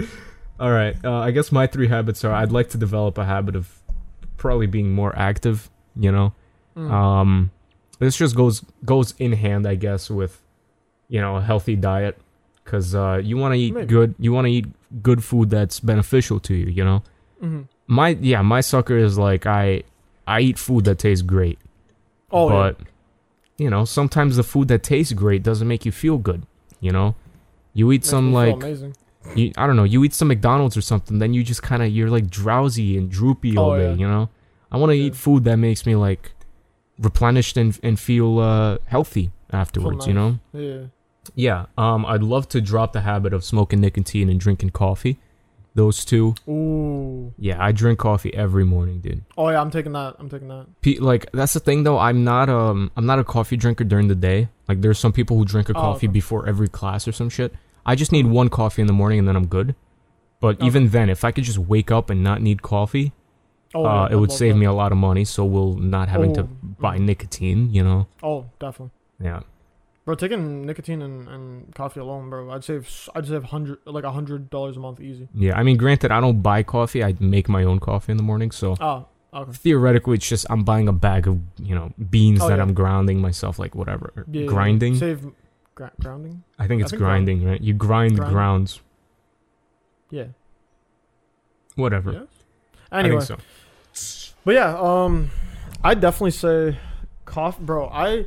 E: All right. Uh, I guess my three habits are I'd like to develop a habit of probably being more active, you know.
D: Mm.
E: Um this just goes goes in hand, I guess, with you know, a healthy diet cuz uh you want to eat
D: Maybe.
E: good you want to eat good food that's beneficial to you, you know.
D: Mhm.
E: My yeah, my sucker is like I I eat food that tastes great.
D: Oh, yeah.
E: but you know, sometimes the food that tastes great doesn't make you feel good, you know. You eat
D: Makes
E: some
D: me feel
E: like
D: amazing.
E: you, I don't know, you eat some McDonald's or something, then you just kind of you're like drowsy and droopy all
D: Oh,
E: day,
D: yeah.
E: you know. I want to eat food that makes me like replenished and and feel uh, healthy afterwards, you know.
D: Yeah.
E: Yeah, um, I'd love to drop the habit of smoking nicotine and drinking coffee. Those two,
D: Ooh.
E: yeah, I drink coffee every morning, dude.
D: Oh yeah, I'm taking that. I'm taking that.
E: Pe- like that's the thing though. I'm not um I'm not a coffee drinker during the day. Like there's some people who drink a
D: Oh,
E: coffee
D: okay.
E: before every class or some shit. I just need one coffee in the morning and then I'm good. But even then, if I could just wake up and not need coffee,
D: Oh,
E: uh,
D: yeah,
E: it would
D: I'd love
E: save
D: that.
E: me a lot of money. So we'll not having to
D: Oh,
E: buy nicotine. You know?
D: Oh, definitely.
E: Yeah.
D: Bro, taking nicotine and, and coffee alone, bro, I'd save s- I'd save hundred like a hundred dollars a month easy.
E: Yeah. I mean, granted, I don't buy coffee. I make my own coffee in the morning. So
D: Oh, okay.
E: theoretically, it's just I'm buying a bag of you know beans
D: Oh,
E: that
D: yeah.
E: I'm grounding myself, like whatever.
D: Yeah, yeah,
E: grinding.
D: Save gra- grounding.
E: I think it's grinding, right? You grind,
D: Grind.
E: grounds.
D: Yeah.
E: Whatever.
D: Yes.
E: I think
D: Anyway.
E: so.
D: But yeah, um, I definitely say coffee, bro. I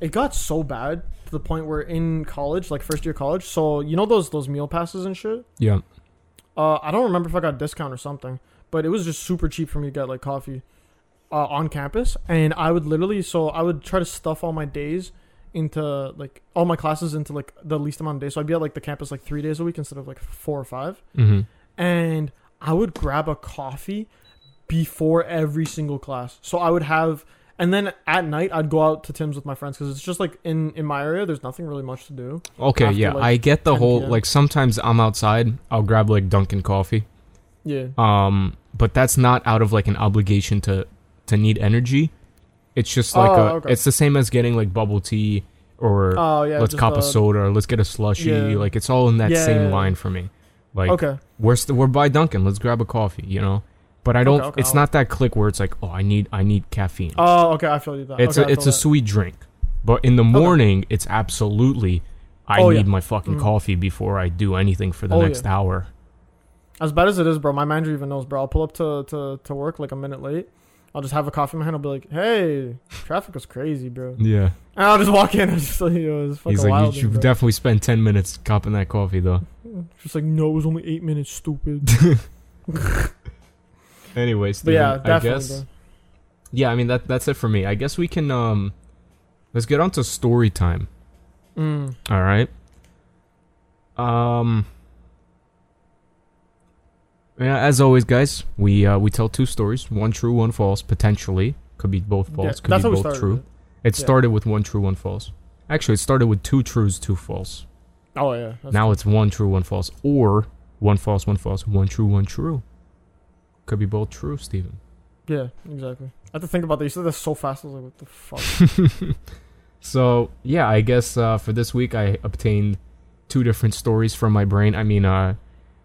D: it got so bad to the point where in college, like first year college, so you know those those meal passes and shit.
E: Yeah.
D: Uh, I don't remember if I got a discount or something, but it was just super cheap for me to get like coffee uh, on campus, and I would literally so I would try to stuff all my days into like all my classes into like the least amount of days. So I'd be at like the campus like three days a week instead of like four or 5
E: Mhm.
D: and I would grab a coffee before every single class. So I would have, and then at night I'd go out to Tim's with my friends because it's just like in in my area there's nothing really much to do.
E: Okay,
D: after,
E: yeah,
D: like,
E: I get the
D: 10
E: whole
D: PM.
E: like sometimes I'm outside, I'll grab like Dunkin' coffee.
D: Yeah.
E: Um, but that's not out of like an obligation to to need energy. It's just like
D: Oh,
E: a,
D: okay.
E: it's the same as getting like bubble tea or
D: Oh, yeah,
E: let's
D: just
E: cop a
D: the-
E: soda or let's get a slushy.
D: Yeah.
E: Like it's all in that
D: Yeah, yeah,
E: same
D: yeah.
E: line for me. Like
D: Okay.
E: we're st- we're by Dunkin', let's grab a coffee, you know. But I don't.
D: Okay, okay,
E: it's
D: I'll-
E: not that click where it's like, oh, I need I need caffeine.
D: Oh, okay, I feel you. That.
E: It's
D: okay,
E: a
D: I
E: it's
D: feel
E: a sweet drink, but in the morning it's absolutely. I
D: Oh,
E: need
D: yeah.
E: my fucking
D: Mm.
E: coffee before I do anything for the
D: Oh,
E: next
D: yeah.
E: hour.
D: that. As bad as it is, bro, my manager even knows, bro. I'll pull up to to, to work like a minute late. I'll just have a coffee in my hand. I'll be like, "Hey, traffic was crazy, bro."
E: Yeah.
D: And I'll just walk in. I'm just like, "Yo, it's fucking
E: He's like,
D: wild."
E: you
D: in,
E: should
D: bro."
E: definitely spend ten minutes copping that coffee though.
D: Just like, no, it was only eight minutes, stupid.
E: Anyway,
D: But
E: Steven,
D: yeah,
E: I
D: definitely,
E: guess.
D: bro.
E: Yeah, I mean that that's it for me. I guess we can um, let's get on to story time.
D: Mm.
E: All right. Um. Yeah, as always, guys, we uh, we tell two stories: one true, one false. Potentially, could be both false. could
D: that's
E: be
D: how we
E: both
D: started
E: true.
D: with
E: It
D: Yeah.
E: started with one true, one false. Actually, it started with two trues, two false.
D: Oh yeah. that's
E: now it's one true, one false, or one false, one false, one true, one true. Could be both true, Steven.
D: Yeah, exactly. I had to think about that. You said that so fast. I was like, what the fuck?
E: So yeah, I guess uh, for this week I obtained two different stories from my brain. I mean, uh,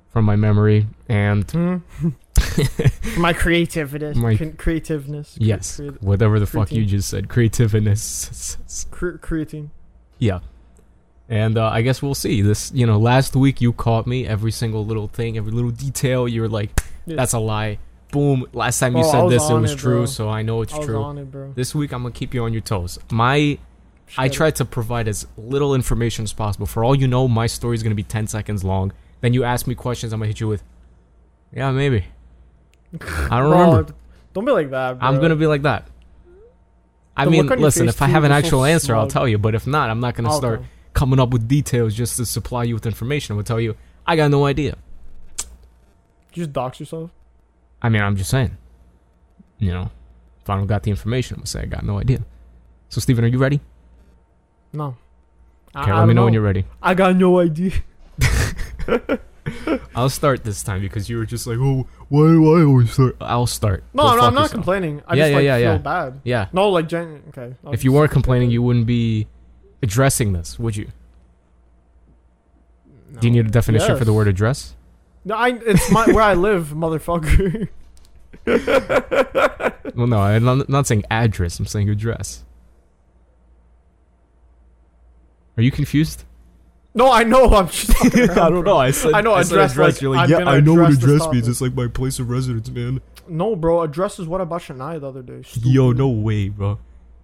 E: from my memory and
D: My creativity.
E: My-
D: Hmm? cre- creativeness. cre-
E: yes,
D: creat-
E: whatever the fuck you
D: creatine.
E: just said, creativeness.
D: Cre- creatine.
E: yeah, and uh, I guess we'll see. This, you know, last week you caught me every single little thing, every little detail. You were like,
D: Yeah.
E: "That's a lie." Boom. Last time you
D: Bro, I
E: said
D: was
E: this, it
D: on
E: was
D: it,
E: true,
D: bro.
E: so I know it's
D: I was
E: true.
D: on it, bro.
E: This week I'm gonna keep you on your toes. My I
D: Shit.
E: tried to provide as little information as possible. For all you know, my story is going to be 10 seconds long. Then you ask me questions, I'm going to hit you with, yeah, maybe. I don't
D: Bro,
E: remember.
D: Don't be like that, bro.
E: I'm going to be like that. I
D: The
E: mean,
D: look on your
E: listen,
D: face,
E: if I
D: too,
E: have an
D: you're so
E: actual answer, I'll
D: smug.
E: tell you. But if not, I'm not going to
D: Okay.
E: start coming up with details just to supply you with information. I'm going to tell you, I got no idea.
D: Did you just dox yourself?
E: I mean, I'm just saying. You know, if I don't got the information, I'm going to say, I got no idea. So, Steven, are you ready?
D: No.
E: Okay, let me know when you're ready.
D: I got no idea.
E: I'll start this time because you were just like, oh, why do I always start? I'll start.
D: No,
E: Go
D: no,
E: fuck
D: I'm not
E: yourself.
D: complaining. I
E: yeah,
D: just
E: yeah,
D: like
E: yeah,
D: feel
E: yeah.
D: bad.
E: Yeah.
D: No, like gen- okay. I'll
E: If you
D: just-
E: weren't complaining, you wouldn't be addressing this, would you? Do you need a definition for the
D: Yes.
E: word address?
D: No, I it's my where I live, motherfucker.
E: Well, no, I'm not, not saying address. I'm saying address. Are you confused?
D: No, I know. I'm just. fucking around, bro. I know.
E: said
D: address. like, I'm gonna address this topic.
E: like my place of residence, man.
D: No, bro. Address is what I bought Shania the other day. Stupid.
E: Yo, no way, bro.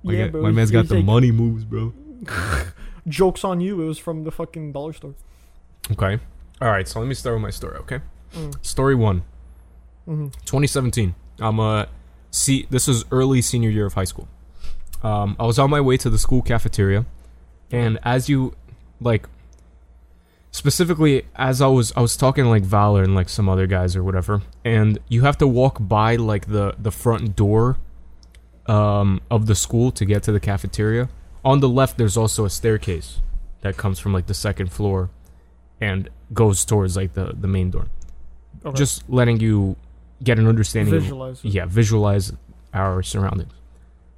E: My,
D: Yeah,
E: guy-
D: bro,
E: my man's
D: he's
E: got the
D: like-
E: money moves, bro.
D: Jokes on you. It was from the fucking dollar store.
E: Okay. All right. So let me start with my story. Okay.
D: Mm.
E: Story one. Mm-hmm.
D: Mhm.
E: 2017. I'm a see. This is early senior year of high school. Um, I was on my way to the school cafeteria, and as you, like, specifically as I was, I was talking to, like Valor and like some other guys or whatever, and you have to walk by like the the front door, um, of the school to get to the cafeteria. On the left, there's also a staircase that comes from like the second floor, and goes towards like the the main door.
D: Okay.
E: Just letting you get an understanding. of-
D: Visualize it.
E: yeah, visualize our surroundings.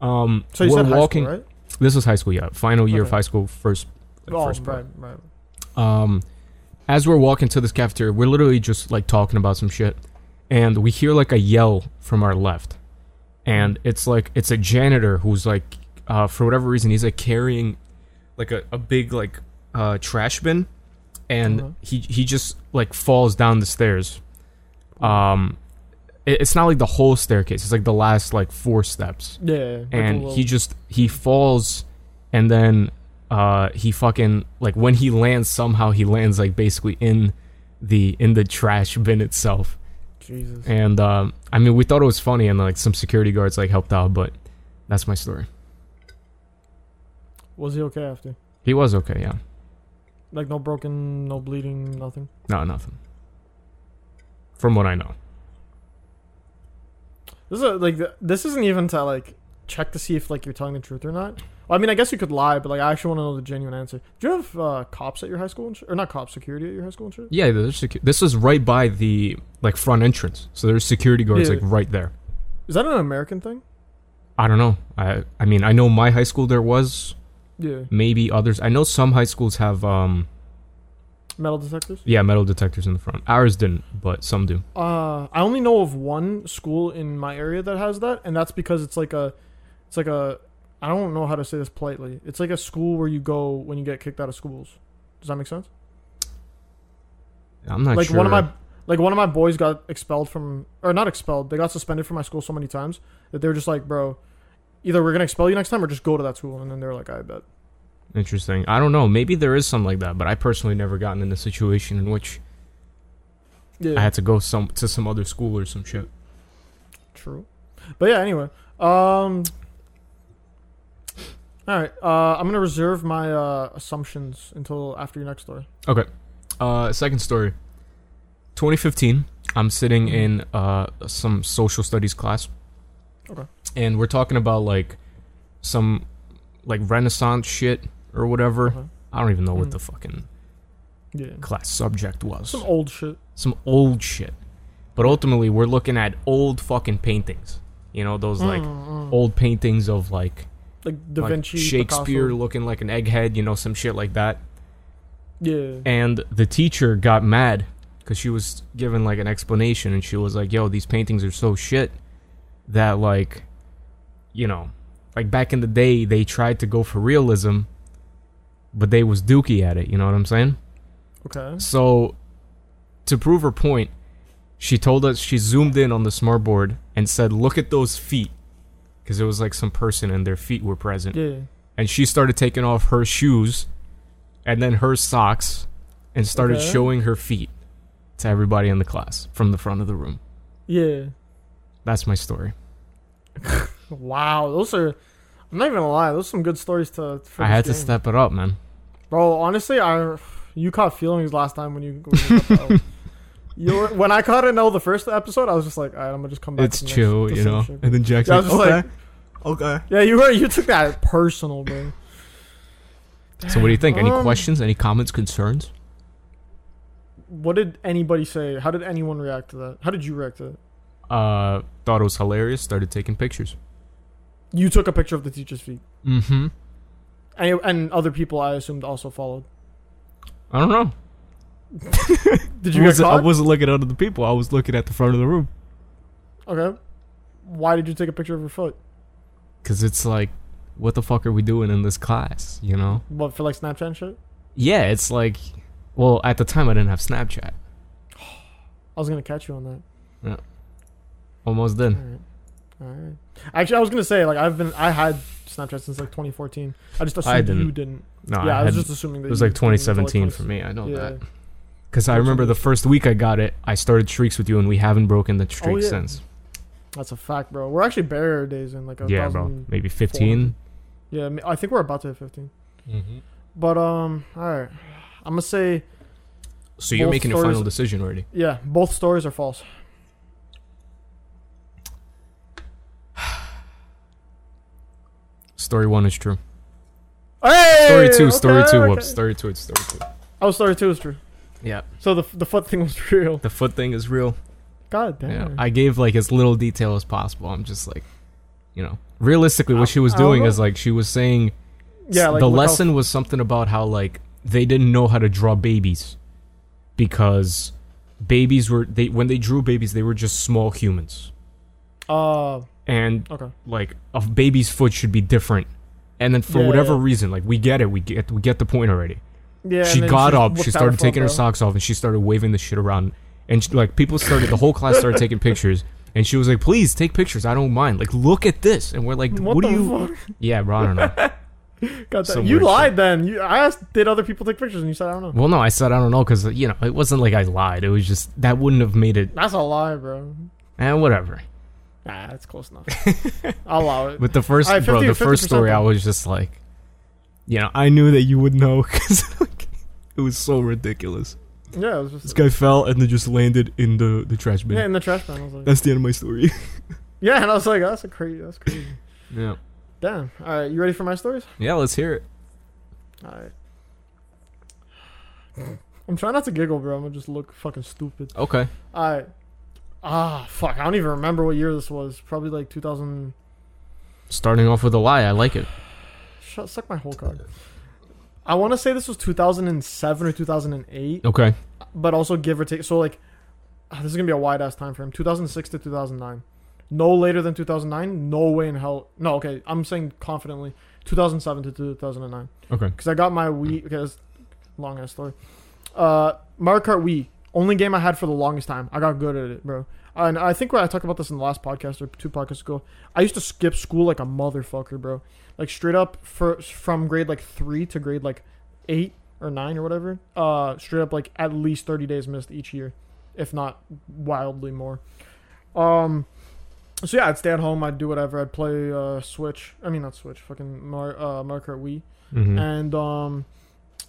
E: Um,
D: So you
E: we're
D: said high school,
E: walking.
D: right?
E: This is high school. Yeah, final year of
D: Okay.
E: high school. First. like,
D: oh,
E: first
D: right, right.
E: um, as we're walking to this cafeteria, we're literally just like talking about some shit, and we hear like a yell from our left, and it's like it's a janitor who's like, uh, for whatever reason, he's like carrying like a, a big like uh, trash bin, and
D: Uh-huh.
E: he he just like falls down the stairs. Um, it- it's not like the whole staircase; it's like the last like four steps
D: Yeah, yeah, yeah. Like a
E: and
D: little-
E: he just he falls and then uh he fucking like when he lands somehow he lands like basically in the in the trash bin itself
D: Jesus.
E: and um i mean we thought it was funny and like some security guards like helped out but that's my story
D: Was he okay after?
E: he was okay yeah
D: Like no broken, no bleeding, nothing.
E: no nothing from what i know
D: This is like th- this isn't even to like check to see if like you're telling the truth or not. Well, I mean, I guess you could lie, but like I actually want to know the genuine answer. Do you have uh, cops at your high school and sh- or not cops security at your high school and shit?
E: yeah there's secu- this is right by the like front entrance so there's security guards
D: Yeah.
E: like right there
D: Is that an American thing?
E: I don't know. I I mean, I know my high school there was.
D: Yeah.
E: Maybe others. I know some high schools have um
D: Metal detectors.
E: yeah, metal detectors in the front. Ours didn't, but some do.
D: Uh, I only know of one school in my area that has that, and that's because it's like a, it's like a, I don't know how to say this politely. It's like a school where you go when you get kicked out of schools. Does that make sense?
E: I'm not
D: like
E: sure.
D: one of my like one of my boys got expelled from or not expelled they got suspended from my school so many times that they were just like bro either we're gonna expel you next time or just go to that school and then they're like i bet
E: Interesting. I don't know. Maybe there is some like that, but I personally never gotten in a situation in which
D: yeah
E: I had to go some to some other school or some shit.
D: true but yeah anyway um all right uh i'm gonna reserve my uh assumptions until after your next story
E: Okay. Uh, second story. 2015. I'm sitting in uh, some social studies class.
D: Okay.
E: And we're talking about like some like Renaissance shit or whatever.
D: Uh-huh.
E: I don't even know what the fucking
D: yeah
E: class subject was.
D: Mm. some old shit
E: Some old shit. But ultimately, we're looking at old fucking paintings. You know those like
D: Mm, mm.
E: old paintings of like
D: Like Da
E: like
D: Vinci,
E: Shakespeare
D: Picasso.
E: looking like an egghead. You know some shit like that
D: yeah
E: and the teacher got mad because she was given like an explanation and she was like yo these paintings are so shit that like you know like back in the day they tried to go for realism but they was dookie at it you know what i'm saying
D: okay
E: so to prove her point she told us she zoomed in on the smartboard and said look at those feet because it was like some person and their feet were present
D: Yeah.
E: and she started taking off her shoes and then her socks and started
D: Okay.
E: showing her feet to everybody in the class from the front of the room.
D: yeah
E: That's my story.
D: wow those are i'm not even gonna lie those are some good stories to for
E: I
D: this
E: had to
D: game.
E: step it up, man.
D: Bro, honestly, I you caught feelings last time when you. When you, caught that. You were- when I caught an L the first episode, I was just like, all right, I'm gonna just come back.
E: It's
D: to the next-
E: chill,
D: the
E: you
D: same
E: know?
D: shit."
E: And then Jack's
D: Yeah, I
E: like,
D: was just
E: "Okay,
D: okay. Yeah, you were you took that personal, bro.
E: So what do you think? Any
D: Um,
E: questions? Any comments? Concerns?
D: What did anybody say? How did anyone react to that? How did you react to it?
E: Uh, thought it was hilarious. Started taking pictures.
D: You took a picture of the teacher's feet,
E: Mm-hmm.
D: and, and other people I assumed also followed.
E: I don't know.
D: Did you get
E: I wasn't, I
D: caught?
E: wasn't looking at other people. I was looking at the front of the room
D: Okay, why did you take a picture of her foot?
E: because it's like, what the fuck are we doing in this class? You know?
D: What for, like Snapchat and shit?
E: Yeah, it's like, well, at the time I didn't have Snapchat.
D: I was gonna catch you on that.
E: Yeah. Almost did.
D: All right. Actually, I was gonna say like I've been I had Snapchat since like 2014. I just assumed
E: I didn't.
D: you didn't.
E: No,
D: yeah, I, was
E: had-
D: just assuming that
E: it was
D: you
E: like
D: didn't until,
E: 2017
D: 20
E: for me. I know
D: yeah.
E: that because I remember the first week I got it, I started streaks with you, and we haven't broken the streak
D: Oh, yeah.
E: since.
D: That's a fact, bro. We're actually barrier days in like a
E: Yeah, bro,
D: thousand-
E: maybe 15.
D: Yeah, ma- I think we're about to hit 15.
E: Mhm.
D: But um, all right, I'm gonna say.
E: So you're
D: both
E: making a
D: stories-
E: final decision already.
D: Yeah, both stories are false.
E: Story one is true.
D: Hey,
E: Story two, story
D: okay,
E: two.
D: okay.
E: Whoops, story two. It's story two.
D: Oh, story two is true.
E: Yeah,
D: So the the foot thing was real.
E: the foot thing is real.
D: God damn.
E: Yeah, I gave like as little detail as possible. I'm just like, you know, realistically, what she was
D: I don't
E: doing
D: know.
E: is like she was saying,
D: Uh, Yeah, like,
E: the
D: look how-
E: lesson was something about how like they didn't know how to draw babies because babies were they when they drew babies they were just small humans
D: Uh,
E: and
D: Okay.
E: like a baby's foot should be different. And then for
D: Yeah,
E: whatever
D: yeah.
E: reason, like we get it, we get we get the point already.
D: Yeah,
E: She
D: and then
E: got
D: she
E: up,
D: whipped
E: she
D: out her
E: started
D: phone,
E: taking her
D: bro.
E: socks off, and she started waving the shit around. And she, like people started, the whole class started taking pictures. And she was like, "Please take pictures. I don't mind. Like, look at this." And we're like, "What,
D: What
E: do
D: the
E: you?"
D: fuck?
E: Yeah, bro. I don't know.
D: Got that.
E: Some
D: You
E: weird
D: lied then. You, I asked, did other people take pictures? And you said, I don't know.
E: Well, no, I said I don't know because you know it wasn't like I lied. It was just that wouldn't have made it.
D: That's a lie, bro.
E: And whatever.
D: Nah, that's close enough. I'll allow it.
E: But the first,
D: All right,
E: bro,
D: 50
E: the first
D: 50%
E: story, I
D: though.
E: was just like, you know, I knew that you would know because like, it was so ridiculous.
D: Yeah, it was just-
E: this guy fell and then just landed in the the trash bin.
D: Yeah, in the trash bin, I was like-
E: That's the end of my story.
D: Yeah, and I was like, "Oh, that's a crazy. That's crazy.
E: yeah.
D: Damn. All right, you ready for my stories?
E: Yeah, let's hear it.
D: All right. I'm trying not to giggle, bro. I'm gonna just look fucking stupid.
E: Okay.
D: All right. Ah, fuck. I don't even remember what year this was. Probably like 2000.
E: Starting off with a lie, I like it.
D: Shut, suck my whole card. I want to say this was 2007 or 2008.
E: Okay.
D: But also give or take. So like, ah, this is gonna be a wide ass time frame. 2006 to 2009. No later than 2009. No way in hell. No. Okay. I'm saying confidently 2007 to 2009.
E: Okay.
D: Because I got my Wii. Okay, that's long ass story. Uh, Mario Kart Wii, only game I had for the longest time. I got good at it, bro. And I think when I talked about this in the last podcast or two podcasts ago, I used to skip school like a motherfucker, bro. Like straight up for from grade like three to grade like eight or nine or whatever. Uh, straight up like at least thirty days missed each year, if not wildly more. Um, so yeah, I'd stay at home. I'd do whatever. I'd play uh, Switch. I mean, not Switch. Fucking Mar- uh, Mario Kart Wii.
E: Mhm.
D: And um,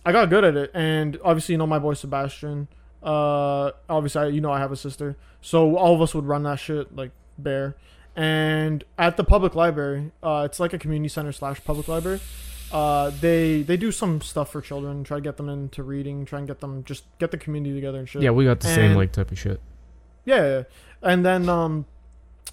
D: I got good at it. And obviously, you know my boy Sebastian. Uh, obviously, I, you know I have a sister. So all of us would run that shit like bear. And at the public library, uh, it's like a community center slash public library. Uh, they they do some stuff for children. Try to get them into reading. Try and get them just get the community together and shit.
E: Yeah, we got the same
D: And-
E: like type of shit.
D: yeah, yeah. And then um,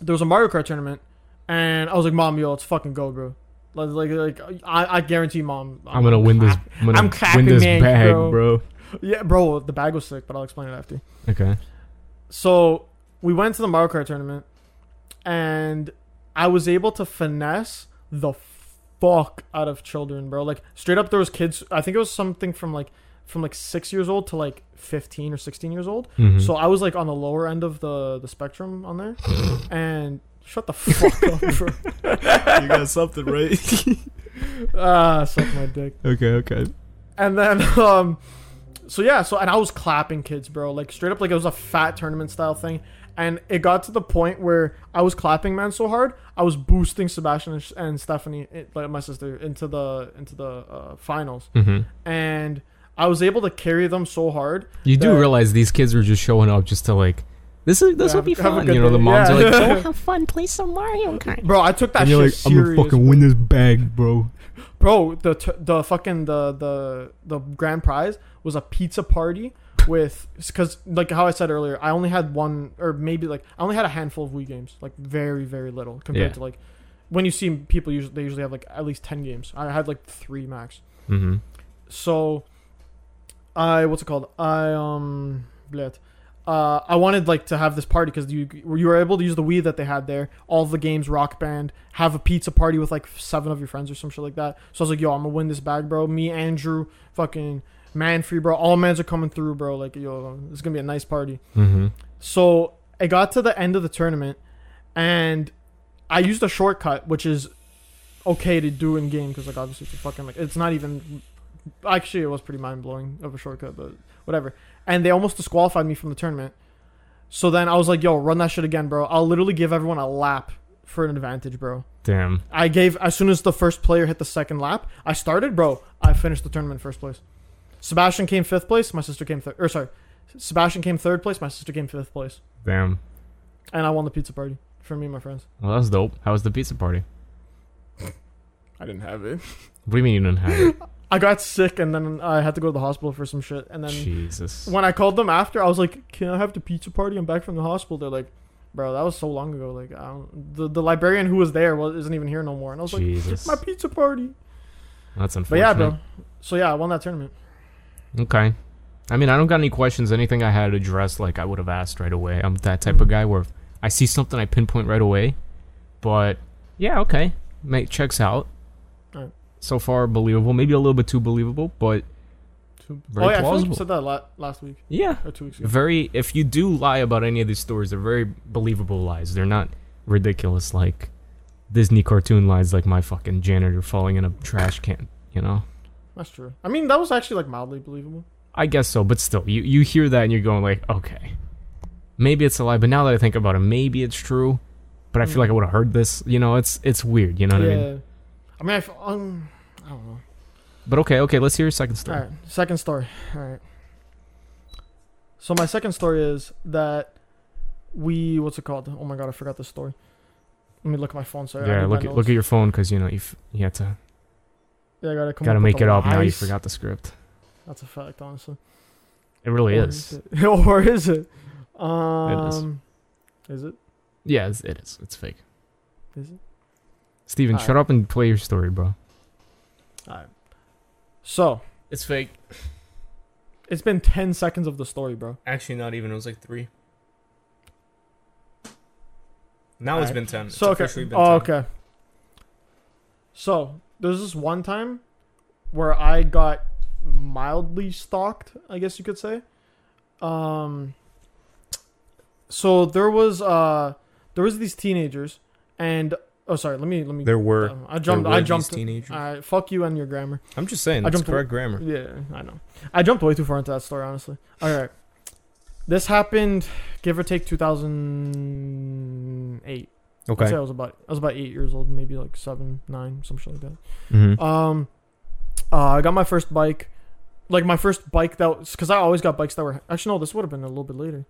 D: there was a Mario Kart tournament, and I was like, "Mom, yo, let's fucking go, bro." Like, like, like I, I guarantee, mom,
E: I'm gonna win this- I'm gonna win this bag, bro.
D: Yeah, bro, the bag was sick, but I'll explain it after.
E: Okay.
D: So we went to the Mario Kart tournament, and I was able to finesse the fuck out of children, bro. Like straight up, there was kids. I think it was something from like from like six years old to like fifteen or sixteen years old.
E: Mhm.
D: So I was like on the lower end of the the spectrum on there, and shut the fuck up, bro.
E: You got something right.
D: ah, suck my dick.
E: Okay. Okay.
D: And then, um, so yeah, so and I was clapping kids, bro, like straight up, like it was a fat tournament style thing, and it got to the point where I was clapping man so hard, I was boosting Sebastian and, and Stephanie, it- like my sister, into the into the uh, finals,
E: Mhm.
D: and I was able to carry them so hard.
E: You do
D: that-
E: realize these kids were just showing up just to like this is this
D: Yeah,
E: will be
D: have a
E: fun.
D: good
E: You know, the
D: day.
E: moms
D: Yeah.
E: are like,
D: Yeah.
E: "Oh, have fun, play some Mario Kart.
D: Bro, I took that
E: and
D: shit
E: you're like, I'm
D: serious.
E: gonna fucking win this bag, bro.
D: Bro, the t- the fucking the the the grand prize was a pizza party with because like how I said earlier, I only had one or maybe like I only had a handful of Wii games, like very very little compared
E: Yeah.
D: to like when you see people usually they usually have like at least ten games. I had like three max.
E: Mm-hmm.
D: So, I what's it called? I um, bleh. Uh, I wanted like to have this party because you you were able to use the Wii that they had there, all the games, Rock Band, have a pizza party with like seven of your friends or some shit like that. So I was like, yo, I'm gonna win this bag, bro. Me, Andrew, fucking Manfree, bro. All mans are coming through, bro. Like, yo, it's gonna be a nice party.
E: Mhm.
D: So I got to the end of the tournament, and I used a shortcut, which is okay to do in game because like obviously it's a fucking like it's not even actually it was pretty mind blowing of a shortcut, but whatever. And they almost disqualified me from the tournament. So then I was like, yo, run that shit again, bro. I'll literally give everyone a lap for an advantage, bro.
E: Damn.
D: I gave as soon as the first player hit the second lap, I started, bro. I finished the tournament first place. Sebastian came fifth place. My sister came third. Or sorry, Sebastian came third place. My sister came fifth place,
E: Damn.
D: and I won the pizza party for me and my friends.
E: Well, that's dope. How was the pizza party?
D: I didn't have it.
E: What do you mean you didn't have it?
D: I got sick, and then I had to go to the hospital for some shit. And then
E: Jesus.
D: when I called them after, I was like, "Can I have the pizza party? I'm back from the hospital." They're like, "Bro, that was so long ago. Like, I don't, the the librarian who was there was, isn't even here no more." And I was
E: Jesus.
D: like, "My pizza party."
E: That's
D: But
E: unfortunate.
D: yeah, bro. So yeah, I won that tournament.
E: Okay. I mean, I don't got any questions. Anything I had addressed, like I would have asked right away. I'm that type
D: Mm.
E: of guy where if I see something, I pinpoint right away. But yeah, okay, mate, checks out.
D: Alright.
E: So far, believable. Maybe a little bit too believable, but very
D: oh yeah, I feel like
E: plausible.
D: you said that la- last week.
E: Yeah.
D: or two weeks ago.
E: Very. If you do lie about any of these stories, they're very believable lies. They're not ridiculous like Disney cartoon lines like my fucking janitor falling in a trash can, you know?
D: That's true. I mean, that was actually like mildly believable.
E: I guess so, but still, you, you hear that and you're going like, okay, maybe it's a lie. But now that I think about it, maybe it's true. But I
D: Mm.
E: feel like I would have heard this. You know, it's it's weird. You know what I mean?
D: I mean, I, f- um, I don't know.
E: But okay, okay, let's hear your second story.
D: All right, second story. All right. So my second story is that we what's it called? Oh my god, I forgot this story. Let me look at my phone. Sorry. I
E: yeah,
D: need my
E: look at,
D: notes.
E: look at your phone because you know you f- you had to
D: Yeah, I gotta come.
E: gotta
D: up with
E: make
D: the
E: it up. Now you
D: lies.
E: forgot the script.
D: That's a fact, honestly.
E: Oh, It really
D: Or
E: is.
D: it? or is it? Um, is it?
E: Yeah, it's, it is. It's fake.
D: Is it?
E: Steven,
D: All
E: shut up and play your story, bro.
D: Alright. So
E: it's fake.
D: It's been ten seconds of the story, bro.
E: Actually, not even. It was like three. Now
D: it's
E: it's been ten.
D: So okay. oh, okay. So there's this one time where I got mildly stalked, I guess you could say. Um. So there was uh there was these teenagers and oh sorry let me let me um,
J: There were-
D: I jumped
J: there were
D: I
J: these
D: jumped
J: teenagers?
D: Alright, fuck you and your grammar
J: I'm just saying, it's correct grammar.
D: yeah I know I jumped way too far into that story honestly all right this happened give or take 2008 I'd
J: Okay.
D: say I was about I was about eight years old, maybe like seven, nine, something like that.
E: Mm-hmm.
J: Mhm.
D: Um, uh, I got my first bike, like my first bike that was because I always got bikes that were actually no, this would have been a little bit later,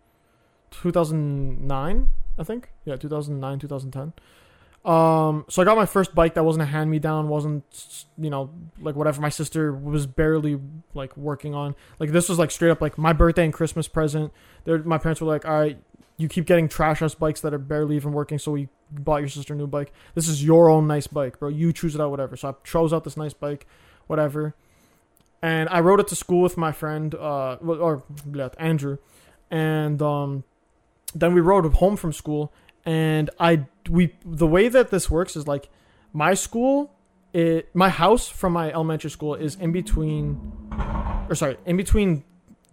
D: 2009, I think. Yeah, 2009, 2010. Um, so I got my first bike that wasn't a hand me down, wasn't you know like whatever my sister was barely like working on. Like this was like straight up like my birthday and Christmas present. There, my parents were like, all right. You keep getting trash ass bikes that are barely even working, so we bought your sister a new bike. This is your own nice bike, bro. You choose it out, whatever. So I chose out this nice bike, whatever. And I rode it to school with my friend, uh, well, or bleh, Andrew, and um, then we rode home from school. And I we the way that this works is like my school, it my house from my elementary school is in between, or sorry, in between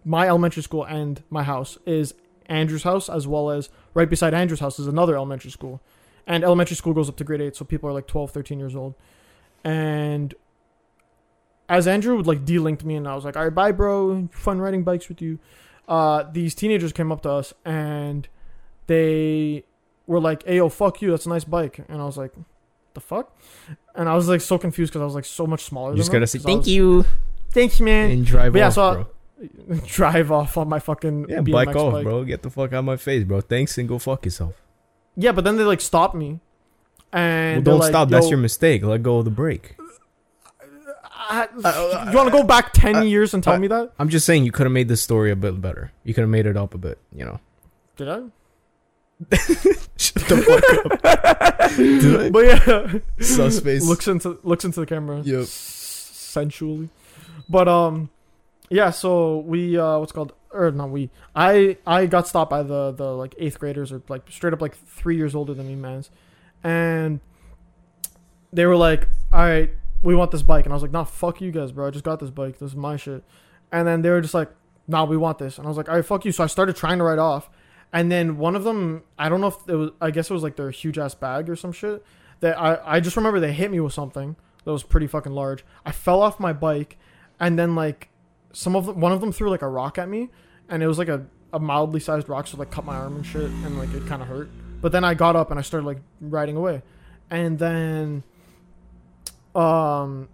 D: my elementary school and my house is Andrew's house, as well as right beside Andrew's house is another elementary school. And elementary school goes up to grade 8, so people are like 12, 13 years old. And as Andrew would like delinked me, and I was like, "All right, bye, bro. Fun riding bikes with you." Uh, these teenagers came up to us and they were like, "Hey, yo, fuck you. That's a nice bike." And I was like, "The fuck?" And I was like so confused because I was like so much smaller.
J: You just
D: than them,
J: gotta say,
D: 'cause I
J: "Thank
D: was-
J: you."
D: thanks, man,"
J: And drive
D: But yeah,
J: off,
D: so I- drive off on my fucking
J: Yeah,
D: BMX
J: bike off,
D: bike.
J: bro. Get the fuck out of my face, bro. Thanks and go fuck yourself.
D: Yeah, but then they like stopped me, and
J: well,
D: they're
J: don't
D: like,
J: stop. That's
D: "Yo,
J: your mistake. Let go of the brake. Uh,
D: I- you want to go back 10 years and tell me that?
J: I'm just saying you could have made this story a bit better. You could have made it up a bit. You know.
D: Did I?
J: Shut the fuck up. Did I?
D: But yeah,
J: Subspace.
D: looks into looks into the camera.
J: Yep.
D: s- Sensually, but um, yeah. So we uh, what's it called or not we? I I got stopped by the the like eighth graders or like straight up like three years older than me, man's, and they were like, "All right, we want this bike," and I was like, "Nah, fuck you guys, bro. I just got this bike. This is my shit." And then they were just like, "Nah, we want this," and I was like, "All right, fuck you." So I started trying to ride off, and then one of them, I don't know if it was, I guess it was like their huge ass bag or some shit. That I, I just remember they hit me with something that was pretty fucking large. I fell off my bike, and then like some of them, one of them threw like a rock at me, and it was like a, a mildly sized rock, so like cut my arm and shit, and like it kind of hurt. But then I got up and I started like riding away, and then um,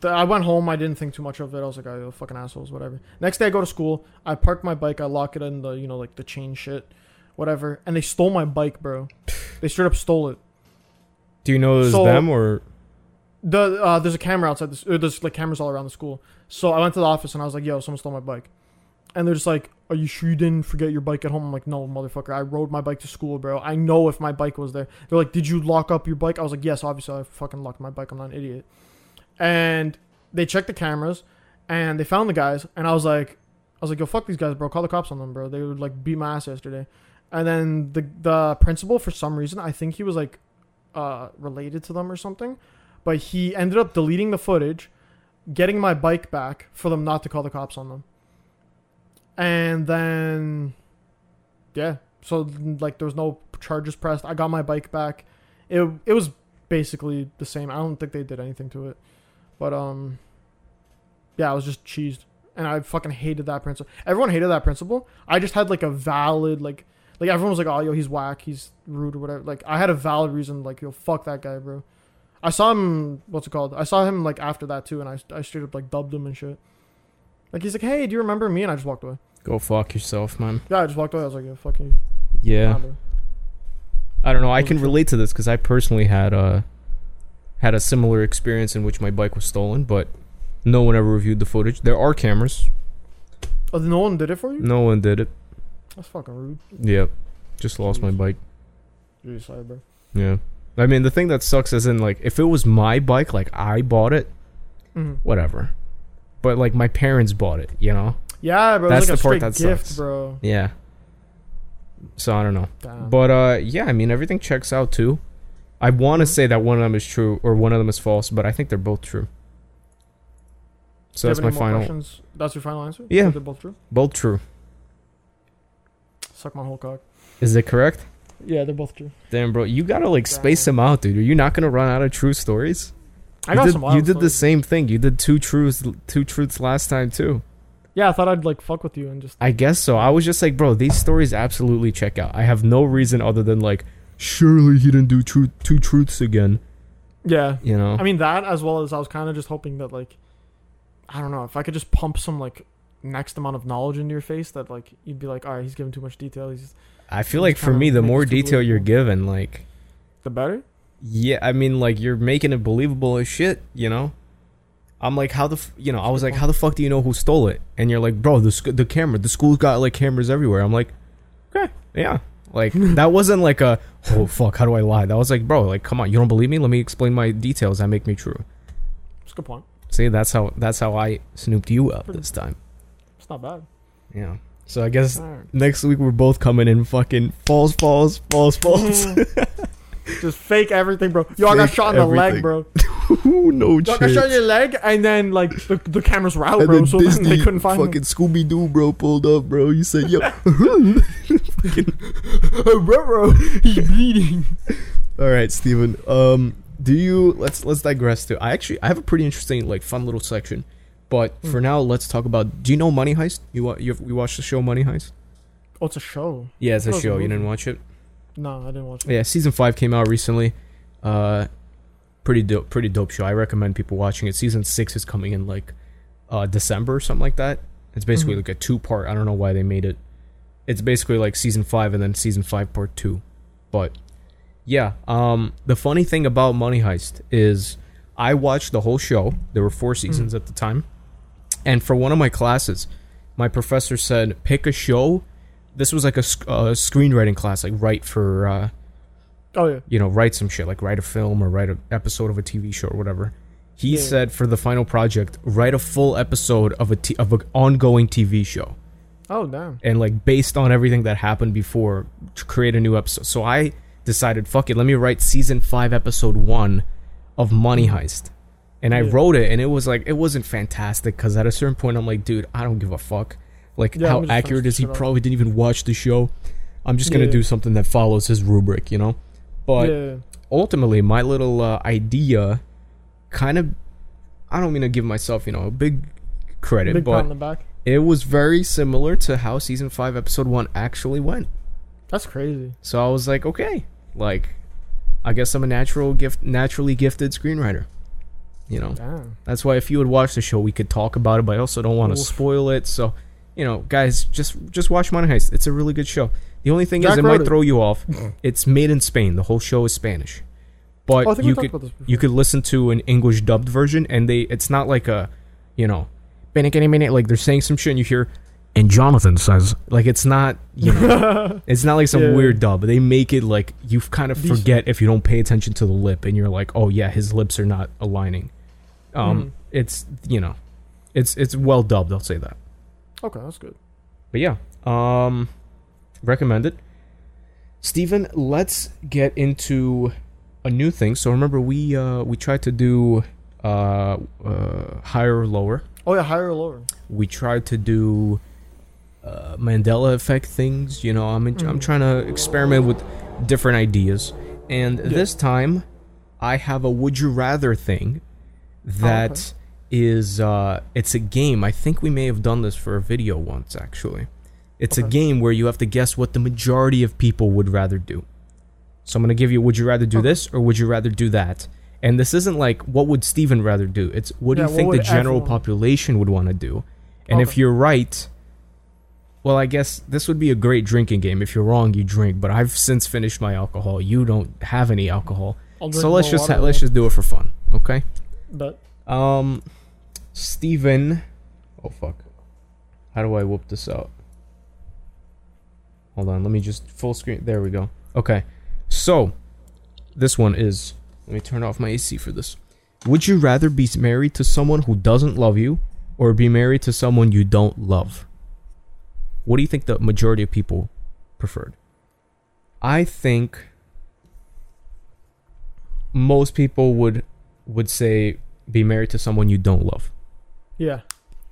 D: the, I went home. I didn't think too much of it. I was like, "Oh, you fucking assholes, whatever." Next day, I go to school. I park my bike. I lock it in the, you know, like the chain shit, whatever. And they stole my bike, bro. they straight up stole it.
J: Do you know it was
D: So-
J: them or
D: The uh, there's a camera outside. This, or there's like cameras all around the school. So I went to the office and I was like, "Yo, someone stole my bike," and they're just like, "Are you sure you didn't forget your bike at home?" I'm like, "No, motherfucker. I rode my bike to school, bro. I know if my bike was there." They're like, "Did you lock up your bike?" I was like, "Yes, obviously. I fucking locked my bike. I'm not an idiot." and they checked the cameras and they found the guys and I was like I was like, yo, fuck these guys, bro. Call the cops on them, bro. They would like beat my ass yesterday. And then the the principal, for some reason, I think he was like uh, related to them or something, but he ended up deleting the footage, getting my bike back for them not to call the cops on them. And then, yeah. So like, there was no charges pressed. I got my bike back. It it was basically the same. I don't think they did anything to it, but um, yeah, I was just cheesed, and I fucking hated that principle. Everyone hated that principle. I just had like a valid like like everyone was like, oh yo, he's whack, he's rude or whatever. Like I had a valid reason like yo, fuck that guy, bro. I saw him. What's it called? I saw him like after that too, and I I straight up like dubbed him and shit. Like he's like, hey, do you remember me? And I just walked away.
E: Go fuck yourself, man.
D: Yeah, I just walked away. I was like, yeah, fuck you.
E: Yeah.
D: Nah, bro.
E: I don't know. I can relate to this because I personally had a had a similar experience in which my bike was stolen, but no one ever reviewed the footage. There are cameras.
D: Oh, no one did it for you.
E: No one did it.
D: That's fucking rude.
E: Yep. Just lost my bike.
D: You're sorry, bro.
E: Yeah. I mean, the thing that sucks is in like if it was my bike, like I bought it,
D: Mhm.
E: whatever. But like my parents bought it, you know.
D: Yeah, bro. It was
E: That's
D: like
E: the
D: a
E: part
D: straight
E: that
D: gift,
E: sucks.
D: bro.
E: Yeah. So I don't know.
D: Damn.
E: But uh yeah, I mean everything checks out too. I
D: Mm-hmm.
E: want to say that one of them is true or one of them is false, but I think they're both true.
D: Do you
E: So that's
D: have
E: my
D: any more
E: final.
D: questions? That's your final answer.
E: Yeah.
D: They're both true.
E: Both true.
D: Suck my whole cock.
E: Is it correct?
D: Yeah, they're both true.
E: Damn, bro, you gotta like space them out, dude. Are you not gonna run out of true stories?
D: I
E: you
D: got
E: did,
D: some
E: You
D: wild
E: did the same thing. You did two truths, two truths last time too.
D: Yeah, I thought I'd like fuck with you and just
E: I guess so. I was just like, bro, these stories absolutely check out. I have no reason other than like, surely he didn't do truth, two truths again.
D: yeah.
E: You know.
D: I mean that as well as I was kind of just hoping that like, I don't know if I could just pump some like next amount of knowledge into your face that like you'd be like, all right, he's giving too much detail. He's
E: I feel
D: I'm
E: like
D: just
E: for
D: trying to
E: me, the
D: make
E: more
D: this too
E: detail you're given, like,
D: the better.
E: yeah, I mean, like you're making it believable as shit. You know. I'm like, how the, f-, you know, I was like, how the fuck do you know who stole it? And you're like, bro, the sc- the camera, the school's got like cameras everywhere. I'm like,
D: Okay.
E: Yeah. Like that wasn't like a oh fuck, how do I lie? That was like, bro, like come on, you don't believe me? Let me explain my details that make me true.
D: It's a good point.
E: See, that's how that's how I snooped you up this time.
D: It's not bad.
E: Yeah. So I guess
D: Alright.
E: next week we're both coming in fucking false, false, false, false.
D: Just fake everything, bro. Yo, I got
E: Fake
D: shot in the leg,
E: everything.
D: bro.
E: Ooh,
D: Yo,
E: no
D: I got shot in
E: chance.
D: your leg, and then like the, the cameras were out,
E: And
D: Oh, bro.
E: then
D: So then they
E: Disney
D: couldn't find
E: fucking
D: me.
E: Scooby Doo, bro, pulled up, bro. You said, yo,
D: bro, he's bleeding.
E: All right, Steven. Um, do you let's let's digress to. I actually I have a pretty interesting like fun little section, but
D: Hmm.
E: for now let's talk about. Do you know Money Heist? You wa- you we watched the show Money Heist?
D: Oh, it's a show.
E: Yeah, it's
D: I
E: a
D: thought it was
E: show. You
D: movie.
E: didn't watch it?
D: No, I didn't watch it.
E: Yeah, season five came out recently. Uh, pretty dope, pretty dope show. I recommend people watching it. Season six is coming in like uh, December or something like that. It's basically
K: Mhm.
E: like a two part. I don't know why they made it. It's basically like season five and then season five part two. But yeah, um, the funny thing about Money Heist is I watched the whole show. There were four seasons at the time, and for one of my classes, my professor said pick a show. This was like a sc- uh, screenwriting class, like write for uh,
D: Oh yeah.
E: you know, write some shit, like write a film or write an episode of a TV show or whatever. He
K: Yeah.
E: said for the final project, write a full episode of a t- of an ongoing TV show,
D: Oh damn.
E: and like based on everything that happened before, to create a new episode. So I decided, fuck it, let me write season five, episode one of Money Heist, and I
K: Mm-hmm. Yeah.
E: wrote it, and it was like it wasn't fantastic because at a certain point I'm like, dude, I don't give a fuck. Like
K: Yeah, I'm
E: how
K: just trying to
E: accurate is he?
K: shut up.
E: Probably didn't even watch the show. I'm just gonna
K: Yeah.
E: do something that follows his rubric, you know. But
K: Yeah.
E: ultimately, my little uh, idea, kind of, I don't mean to give myself, you know, a big credit,
D: Big pat
E: but
D: on the back.
E: it was very similar to how season five, episode one actually went.
D: That's crazy.
E: So I was like, okay, like, I guess I'm a natural gift, naturally gifted screenwriter. You know,
D: Damn.
E: that's why if you would watch the show, we could talk about it, but I also don't want to
K: Oof.
E: spoil it. So, you know, guys, just just watch Money Heist. It's a really good show. The only thing is,
K: Jack
E: it
K: wrote
E: might
K: it.
E: throw you off. It's made in Spain. The whole show is Spanish, but
K: Oh, I think we
E: you
K: talked
E: could
K: about this before.
E: you could listen to an English dubbed version, and they it's not like a, you know, panic any minute. Like they're saying some shit, and you hear, and Jonathan says, like it's not you know, it's not like some
K: Yeah.
E: weird dub. They make it like you kind of
K: Decent.
E: forget if you don't pay attention to the lip, and you're like, oh yeah, his lips are not aligning. Um,
D: Mhm.
E: it's you know, it's it's well dubbed. I'll say that.
D: Okay, that's good.
E: But yeah, um, recommend it. Steven, let's get into a new thing. So remember, we uh, we tried to do uh, uh, higher or lower.
D: Oh yeah, higher or lower?
E: We tried to do uh, Mandela effect things. You know,
D: Mm.
E: I'm in, I'm
K: Mhm.
E: trying to experiment with different ideas. And this time, I have a would you rather thing
D: Oh,
E: that is uh it's a game. I think we may have done this for a video once actually. It's a game where you have to guess what the majority of people would rather do. So I'm going to give you would you rather do this or would you rather do that? And this isn't like what would Steven rather do? It's what
D: Yeah, what
E: do you think the
D: would
E: general
D: everyone-
E: population would want to do? And if
D: Okay.
E: you're right, well, I guess this would be a great drinking game. If you're wrong, you drink. But I've since finished my alcohol. You don't have any alcohol,
D: I'll drink
E: so let's
D: more
E: just
D: water,
E: ha- let's
D: though.
E: just do it for fun, okay?
D: But
E: Um, Steven. Oh fuck! How do I whoop this out? Hold on. Let me just full screen. There we go. Okay. So, this one is. Let me turn off my AC for this. Would you rather be married to someone who doesn't love you, or be married to someone you don't love? What do you think the majority of people preferred? I think most people would would say be married to someone you don't love
D: yeah,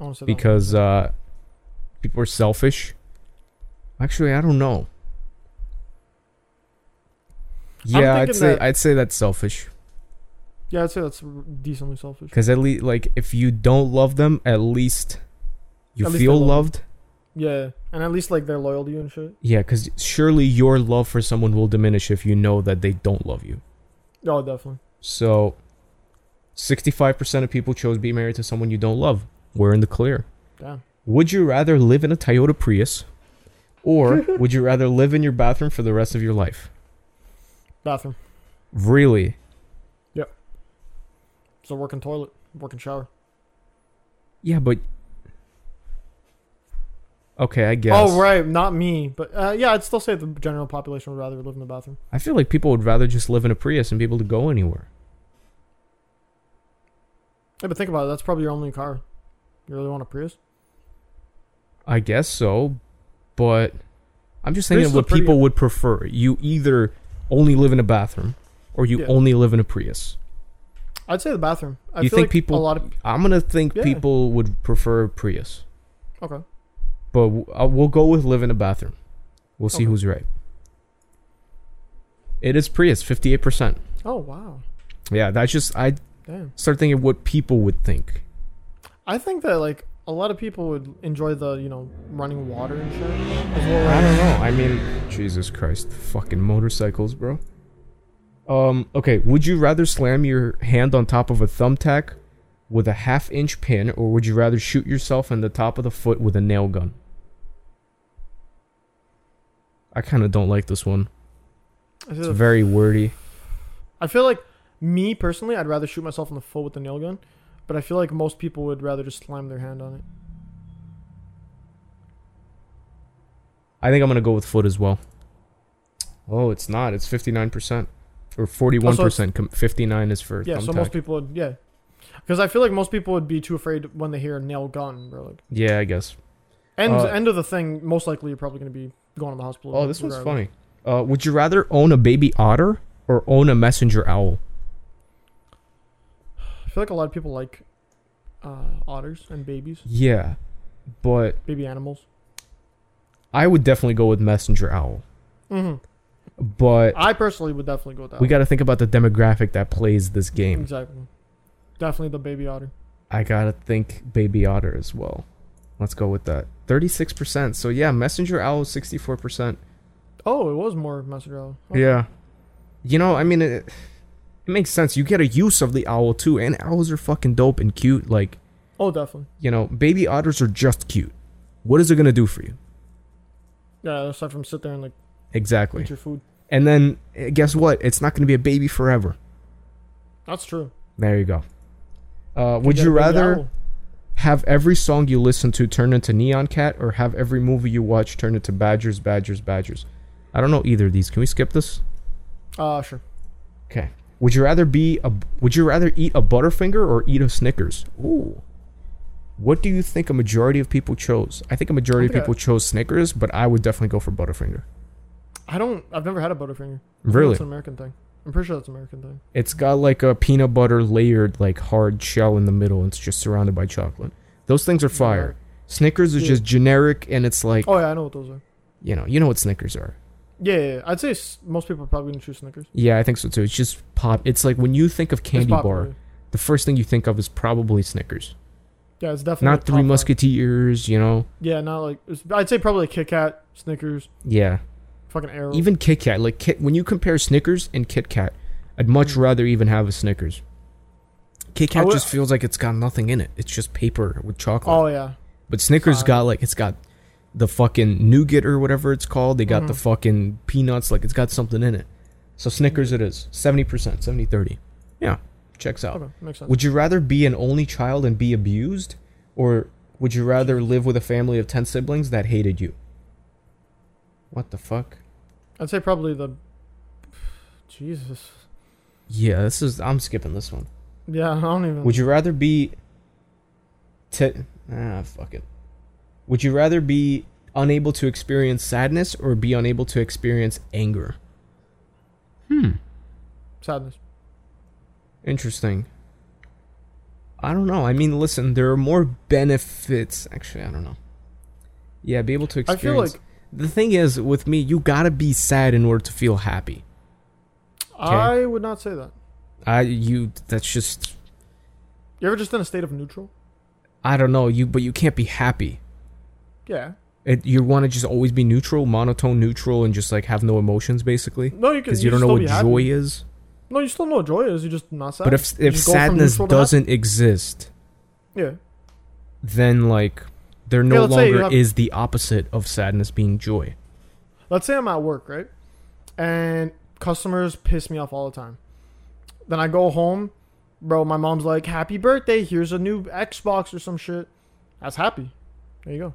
D: I want to say that.
E: because uh, people are selfish. Actually, I don't know. Yeah, I'd
D: thinking
E: say
D: that-
E: I'd say that's selfish
D: yeah, I'd say that's r- decently selfish.
E: because at least like if you don't love them, at least you
D: At least
E: feel
D: they love
E: loved.
D: Yeah, and at least like they're loyal to you and shit.
E: Yeah, because surely your love for someone will diminish if you know that they don't love you.
D: Oh, definitely.
E: So, sixty-five percent of people chose be married to someone you don't love. We're in the clear.
D: Damn.
E: Would you rather live in a Toyota Prius, or would you rather live in your bathroom for the rest of your life?
D: Bathroom.
E: Really?
D: Yep. So working toilet, working shower.
E: Yeah, but okay, I guess.
D: Oh right, not me, but uh, yeah, I'd still say the general population would rather live in the bathroom.
E: I feel like people would rather just live in a Prius and be able to go anywhere.
D: Yeah, but think about it. That's probably your only car. You really want a Prius?
E: I guess so, but I'm just
D: Prius
E: thinking
D: is
E: what
D: a pretty-
E: people would prefer. You either only live in a bathroom, or you
D: Yeah.
E: only live in a Prius.
D: I'd say the bathroom. I
E: you
D: feel
E: think
D: like
E: people?
D: A lot of
E: I'm gonna think
D: Yeah.
E: people would prefer Prius,
D: okay.
E: but w- uh, we'll go with live in a bathroom. We'll
D: Okay.
E: see who's right. It is Prius, fifty-eight percent.
D: Oh wow.
E: Yeah, that's just I
D: Damn.
E: start thinking what people would think.
D: I think that like a lot of people would enjoy the you know running water and shit. As well
E: I
D: as-
E: don't know. I mean, Jesus Christ, fucking motorcycles, bro. Um, okay, would you rather slam your hand on top of a thumbtack with a half inch pin, or would you rather shoot yourself in the top of the foot with a nail gun? I kind of don't like this one.
D: I
E: It's
D: feel,
E: very wordy.
D: I feel like me personally, I'd rather shoot myself in the foot with a nail gun, but I feel like most people would rather just slam their hand on it.
E: I think I'm gonna go with foot as well. Oh, it's not. It's 59%. Or 41%. com- 59 is for
D: Oh, Yeah,
E: thumbtack.
D: so most people would yeah, because I feel like most people would be too afraid when they hear a nail gun, bro. Like,
E: yeah, I guess.
D: end
E: Uh,
D: end of the thing, most likely you're probably gonna be going to the hospital.
E: Oh, this one's
D: regardless.
E: funny. Uh, would you rather own a baby otter or own a messenger owl?
D: I feel like a lot of people like uh, otters and babies,
E: Yeah, but
D: baby animals.
E: I would definitely go with messenger owl.
D: hmm
E: But
D: I personally would definitely go with that.
E: we
D: one.
E: got to think about the demographic that plays this game.
D: Exactly. Definitely the baby otter.
E: I got to think baby otter as well. Let's go with that. 36%. So yeah, messenger owl is 64%.
D: Oh, it was more Master Owl. Okay.
E: Yeah. You know, I mean it, it makes sense. You get a use of the owl too, and owls are fucking dope and cute like
D: Oh, definitely.
E: you know, baby otters are just cute. What is it gonna do for you?
D: Yeah, aside from sit there and like
E: Exactly.
D: eat your food.
E: And then eh, guess what? It's not gonna be a baby forever.
D: That's true.
E: There you go. Uh,
D: Could
E: would
D: get
E: you
D: a baby
E: rather
D: owl.
E: have every song you listen to turn into Neon Cat, or have every movie you watch turn into Badgers, Badgers, Badgers? I don't know either of these. Can we skip this?
D: Uh, sure.
E: Okay. Would you rather be a Would you rather eat a Butterfinger or eat a Snickers? Ooh. What do you think a majority of people chose? I think a majority of
D: think I-
E: people chose Snickers, but I would definitely go for Butterfinger.
D: I don't. I've never had a Butterfinger.
E: Really?
D: It's an American thing. I'm pretty sure that's an American thing.
E: It's got like a peanut butter layered, like hard shell in the middle, and it's just surrounded by chocolate. Those things are fire. Snickers is
D: Yeah.
E: just generic, and it's like
D: Oh yeah, I know what those are.
E: you know, you know what Snickers are.
D: Yeah, yeah, yeah. I'd say s- most people are probably gonna choose Snickers.
E: Yeah, I think so too. It's just pop. It's like when you think of candy bar,
D: popular.
E: the first thing you think of is probably Snickers.
D: Yeah, it's definitely a
E: not Three
D: top
E: Musketeers. You know,
D: Yeah, not like it's, I'd say probably Kit Kat, Snickers,
E: yeah.
D: fucking Arrow.
E: Even Kit Kat, like Kit, when you compare Snickers and Kit Kat, I'd much rather even have a Snickers. Kit
D: Mm. I
E: Kat
D: would-
E: just feels like it's got nothing in it. It's just paper with chocolate.
D: oh uh, yeah,
E: But Snickers got like it's got the fucking nougat or whatever it's called. They got the
D: Mhm.
E: fucking peanuts. Like it's got something in it. So
D: Mm.
E: Snickers it is. 70%, 70 30. Yeah. Checks out.
D: Okay, makes sense.
E: Would you rather be an only child and be abused or would you rather live with a family of 10 siblings that hated you? What the fuck?
D: I'd say probably the. Jesus.
E: Yeah, this is I'm skipping this one.
D: Yeah, I don't even.
E: Would you rather be t- ah fuck it. Would you rather be unable to experience sadness or be unable to experience anger? Hmm.
D: sadness?
E: Interesting. I don't know. I mean, listen, there are more benefits. Actually, I don't know. Yeah, be able to
D: I feel
E: experience. the thing is, with me, you gotta be sad in order to feel happy.
D: I would not say that.
E: I you that's just
D: You ever just in a state of neutral?
E: I don't know you, but you can't be happy.
D: Yeah.
E: It, you want to just always be neutral, monotone, neutral, and just like have no emotions, basically.
D: No, you can-
E: because
D: you
E: you, don't know
D: still
E: what
D: be
E: joy
D: happy.
E: is.
D: No, you still know what joy is. You're just not sad.
E: But if
D: You
E: if
D: just go from
E: sadness
D: neutral to happy.
E: doesn't exist,
D: Yeah.
E: then like there
D: Yeah,
E: no
D: let's say you
E: longer
D: have-
E: is the opposite of sadness being joy.
D: Let's say I'm at work, right? And customers piss me off all the time. Then I go home, bro. My mom's like, "Happy birthday! Here's a new Xbox or some shit." That's happy. There you go.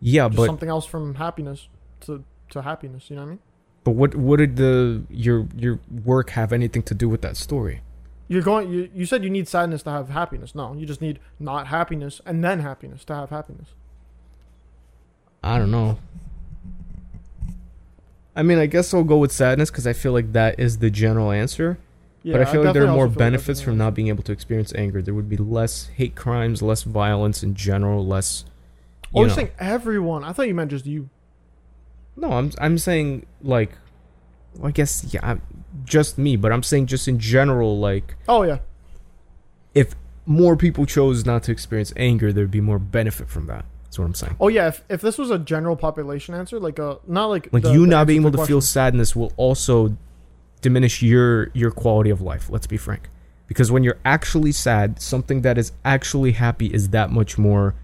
E: Yeah,
D: Just
E: but
D: something else from happiness to to happiness. You know what I mean?
E: but what what did the your your work have anything to do with that story?
D: You're going. You, you said you need sadness to have happiness. No, you just need not happiness and then happiness to have happiness.
E: I don't know. I mean, I guess I'll go with sadness because I feel like that is the general answer. but
D: Yeah,
E: I
D: I
E: feel like there
D: definitely
E: are
D: also
E: more
D: feel like that's
E: benefits from not being able to experience anger. There would be less hate crimes, less violence in general, less.
D: Oh,
E: You
D: you're
E: know.
D: saying everyone? I thought you meant just you.
E: no, I'm I'm saying like, well, I guess yeah, I'm, just me. But I'm saying just in general, like
D: Oh yeah.
E: if more people chose not to experience anger, there'd be more benefit from that. That's what I'm saying.
D: Oh yeah. If, if this was a general population answer, like a not like
E: like
D: the-
E: you
D: the
E: not
D: answer
E: being
D: the
E: able to feel
D: question.
E: sadness will also diminish your your quality of life let's be frank because when you're actually sad something that is actually happy is that much more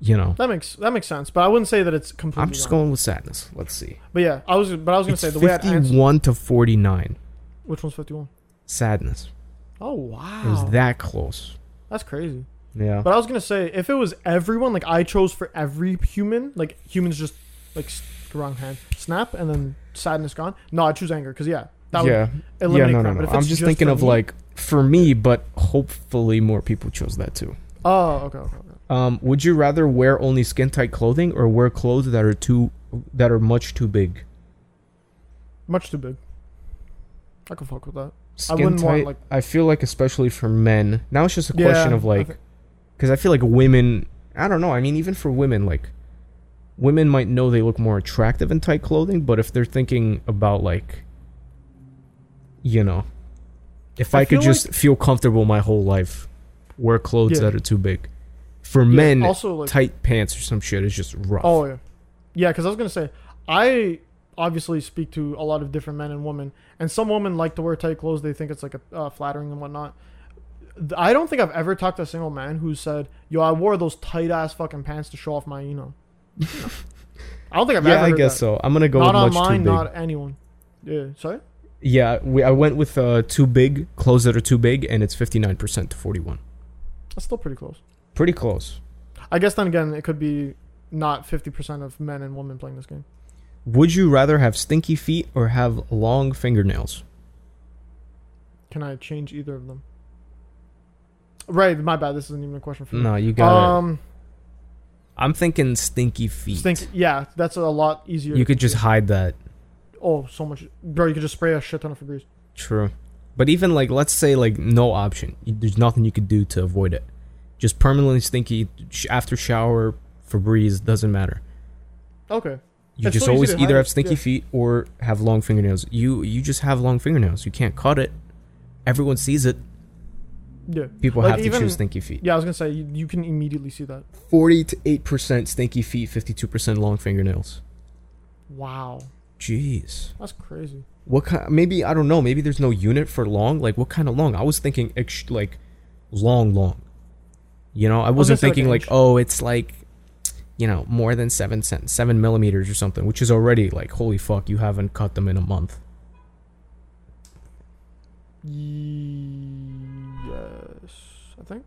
E: you know
D: That makes that makes sense, but I wouldn't say that it's completely.
E: i'm just
D: wrong.
E: going with sadness let's see
D: But yeah, I was. But I was gonna
E: It's
D: say the way I'd answer.
E: 51 to 49
D: Which one's fifty-one?
E: sadness
D: Oh wow.
E: it was that close
D: That's crazy.
E: yeah
D: But I was gonna say if it was everyone, like I chose for every human, like humans just like s- the wrong hand snap and then sadness gone. No, I choose anger because yeah, that
E: yeah
D: would
E: yeah
D: eliminate
E: no no
D: crime.
E: no
D: But if
E: i'm
D: it's
E: just thinking
D: for
E: of
D: me-
E: like for me but hopefully more people chose that too
D: Oh, okay, okay, okay.
E: um, would you rather wear only skin tight clothing or wear clothes that are too that are much too big
D: Much too big. I could fuck with that. I
E: skin
D: wouldn't
E: tight.
D: want like
E: I feel like especially for men. Now it's just a
D: Yeah,
E: question of
D: I
E: like,
D: thi-
E: because I, feel like women. I don't know. I mean, even for women, like, women might know they look more attractive in tight clothing, but if they're thinking about like, you know, if I,
D: I
E: could
D: feel
E: just
D: like-
E: feel comfortable my whole life, wear clothes
D: Yeah.
E: that are too big. For men,
D: also, like-
E: tight pants or some shit is just rough.
D: Oh yeah, yeah. Because I was gonna say, I obviously speak to a lot of different men and women, and some women like to wear tight clothes. They think it's like a, uh, flattering and whatnot. Th- I don't think I've ever talked to a single man who said, "Yo, I wore those tight ass fucking pants to show off my you know." I don't think I've
E: Yeah,
D: ever.
E: I
D: heard
E: guess
D: that.
E: so. I'm gonna go
D: Not
E: with much too
D: online,
E: big.
D: not anyone. Yeah, sorry.
E: Yeah, we, I went with uh, too big clothes that are too big, and it's fifty nine percent to forty one.
D: That's still pretty close.
E: Pretty close.
D: I guess then again, it could be not fifty percent of men and women playing this game.
E: Would you rather have stinky feet or have long fingernails?
D: Can I change either of them? Right, my bad. This isn't even a question for me.
E: No, you got
D: Um,
E: I'm thinking stinky feet.
D: Stink. Yeah, that's a lot easier.
E: you could just hide that.
D: Oh, so much, bro. You could just spray a shit ton of Febreze.
E: True. But even like, let's say like no option. You- There's nothing you could do to avoid it. Just permanently stinky sh- after shower, Febreze doesn't matter.
D: Okay.
E: You
D: It's
E: just
D: so easy
E: always
D: to
E: either
D: hide,
E: have stinky
D: yeah.
E: feet or have long fingernails. You you just have long fingernails. You can't cut it. Everyone sees it.
D: Yeah.
E: People have to choose stinky feet.
D: Yeah, I was gonna say you, you can immediately see that.
E: Forty to eight percent stinky feet, fifty-two percent long fingernails.
D: Wow,
E: Jeez.
D: that's crazy.
E: What kind? Maybe I don't know. Maybe there's no unit for long. Like what kind of long? I was thinking ex- like long, long. You know, I wasn't
D: say like
E: thinking
D: an
E: like,
D: inch.
E: oh, it's like, you know, more than seven cent, seven millimeters or something, which is already like, holy fuck, you haven't cut them in a month.
D: Yes, I think.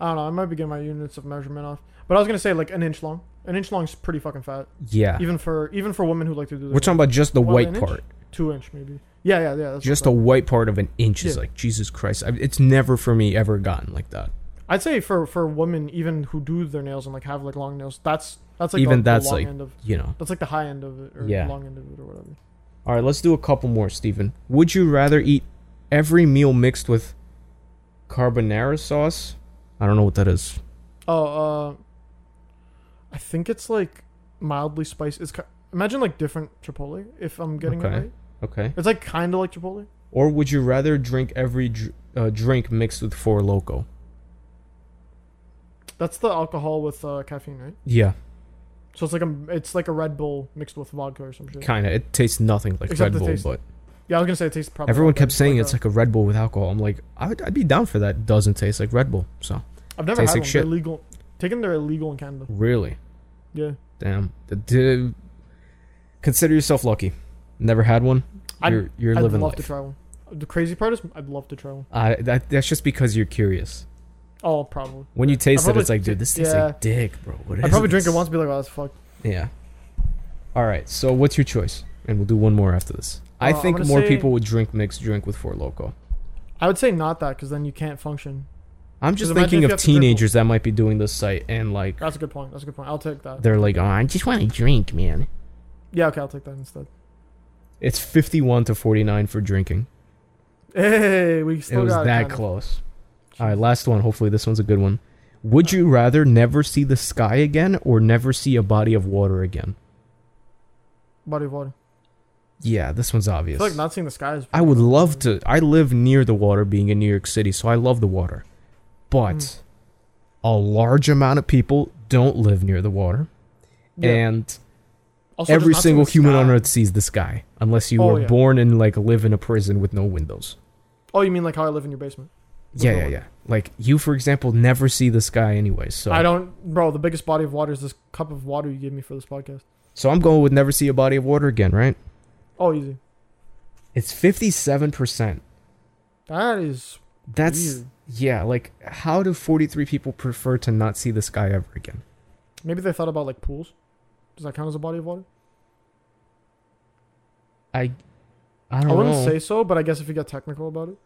D: I don't know. I might be getting my units of measurement off, but I was gonna say like an inch long. An inch long's pretty fucking fat.
E: Yeah.
D: Even for even for women who like to do. their
E: We're talking about just the
D: Well,
E: white
D: an
E: part.
D: Inch? Two inch maybe. Yeah, yeah, yeah. That's
E: Just
D: what
E: the
D: I'm-
E: white part of an inch is
D: Yeah.
E: like Jesus Christ. I, it's never for me ever gotten like that.
D: I'd say for for women even who do their nails and like have like long nails, that's that's like
E: Even
D: the,
E: that's,
D: the long
E: like,
D: end of
E: you know.
D: that's like the high end of it or
E: Yeah.
D: long end of it or whatever.
E: All right, let's do a couple more, Steven. Would you rather eat every meal mixed with carbonara sauce? I don't know what that is.
D: Oh, uh, I think it's like mildly spicy. It's ki- imagine like different Chipotle if I'm getting
E: Okay.
D: it right.
E: Okay.
D: It's like kind of like Chipotle.
E: Or would you rather drink every dr- uh, drink mixed with Four Loco?
D: That's the alcohol with uh, caffeine, right?
E: Yeah,
D: So it's like a it's like a Red Bull mixed with vodka or some shit.
E: kind of. It tastes nothing like
D: Except
E: Red
D: the
E: Bull,
D: taste.
E: but
D: Yeah, I was gonna say it tastes probably.
E: everyone
D: like
E: kept
D: that.
E: saying
D: Like
E: it's
D: a-
E: like a Red Bull with alcohol. I'm like, I would, I'd be down for that. Doesn't taste like Red Bull, so
D: I've never had
E: tastes
D: one.
E: like
D: They're
E: shit.
D: illegal. Taking they're illegal in Canada.
E: Really?
D: Yeah.
E: Damn. The, the, consider yourself lucky. Never had one.
D: I'd,
E: you're you're
D: I'd
E: living
D: love to
E: life.
D: try one. The crazy part is I'd love to try one.
E: I, that, that's just because you're curious.
D: Oh, probably.
E: When you
D: Yeah.
E: taste
D: I'd
E: it, it's
D: probably
E: like, dude,
D: ta-
E: this tastes like dick, bro. What is
D: I'd probably drink it
E: this?
D: once, and be like, oh, that's fucked.
E: Yeah. All right. So what's your choice? And we'll do one more after this. I
D: Uh, I'm
E: think
D: gonna
E: more
D: say-
E: people would drink mixed drink with Four Loco.
D: I would say not that because then you can't function.
E: I'm
D: 'Cause
E: just
D: imagine if
E: thinking
D: you
E: of
D: have to Uh, dribble.
E: teenagers that might be doing this site and like
D: That's a good point. That's a good point. I'll take that.
E: they're like, oh, I just want to drink, man.
D: Yeah, okay, I'll take that instead.
E: It's 51 to 49 for drinking.
D: Hey, we still
E: it was
D: got it,
E: that
D: kinda.
E: close. All right, last one. Hopefully this one's a good one. Would you rather never see the sky again or never see a body of water again?
D: Body of water.
E: Yeah, this one's
D: I
E: obvious.
D: feel like not seeing the sky is.
E: I would love to. I live near the water, being in New York City, so I love the water. But
D: Mm.
E: a large amount of people don't live near the water,
D: Yeah.
E: and
D: Also, just
E: every
D: not seeing
E: single
D: the
E: human on
D: sky.
E: Earth sees the sky, unless you
D: Oh,
E: were
D: yeah.
E: born and like live in a prison with no windows.
D: Oh, you mean like how I live in your basement?
E: Yeah, yeah, yeah. Like you, for example, never see the sky anyway. So
D: I don't, bro. The biggest body of water is this cup of water you gave me for this podcast.
E: So I'm going with never see a body of water again, right?
D: Oh, easy.
E: It's fifty-seven percent.
D: That is.
E: That's
D: Weird.
E: yeah. Like, how do forty-three people prefer to not see the sky ever again?
D: Maybe they thought about like pools. Does that count as a body of water?
E: I, I
D: I,
E: don't
D: wouldn't
E: know.
D: say so, but I guess if you get technical about it,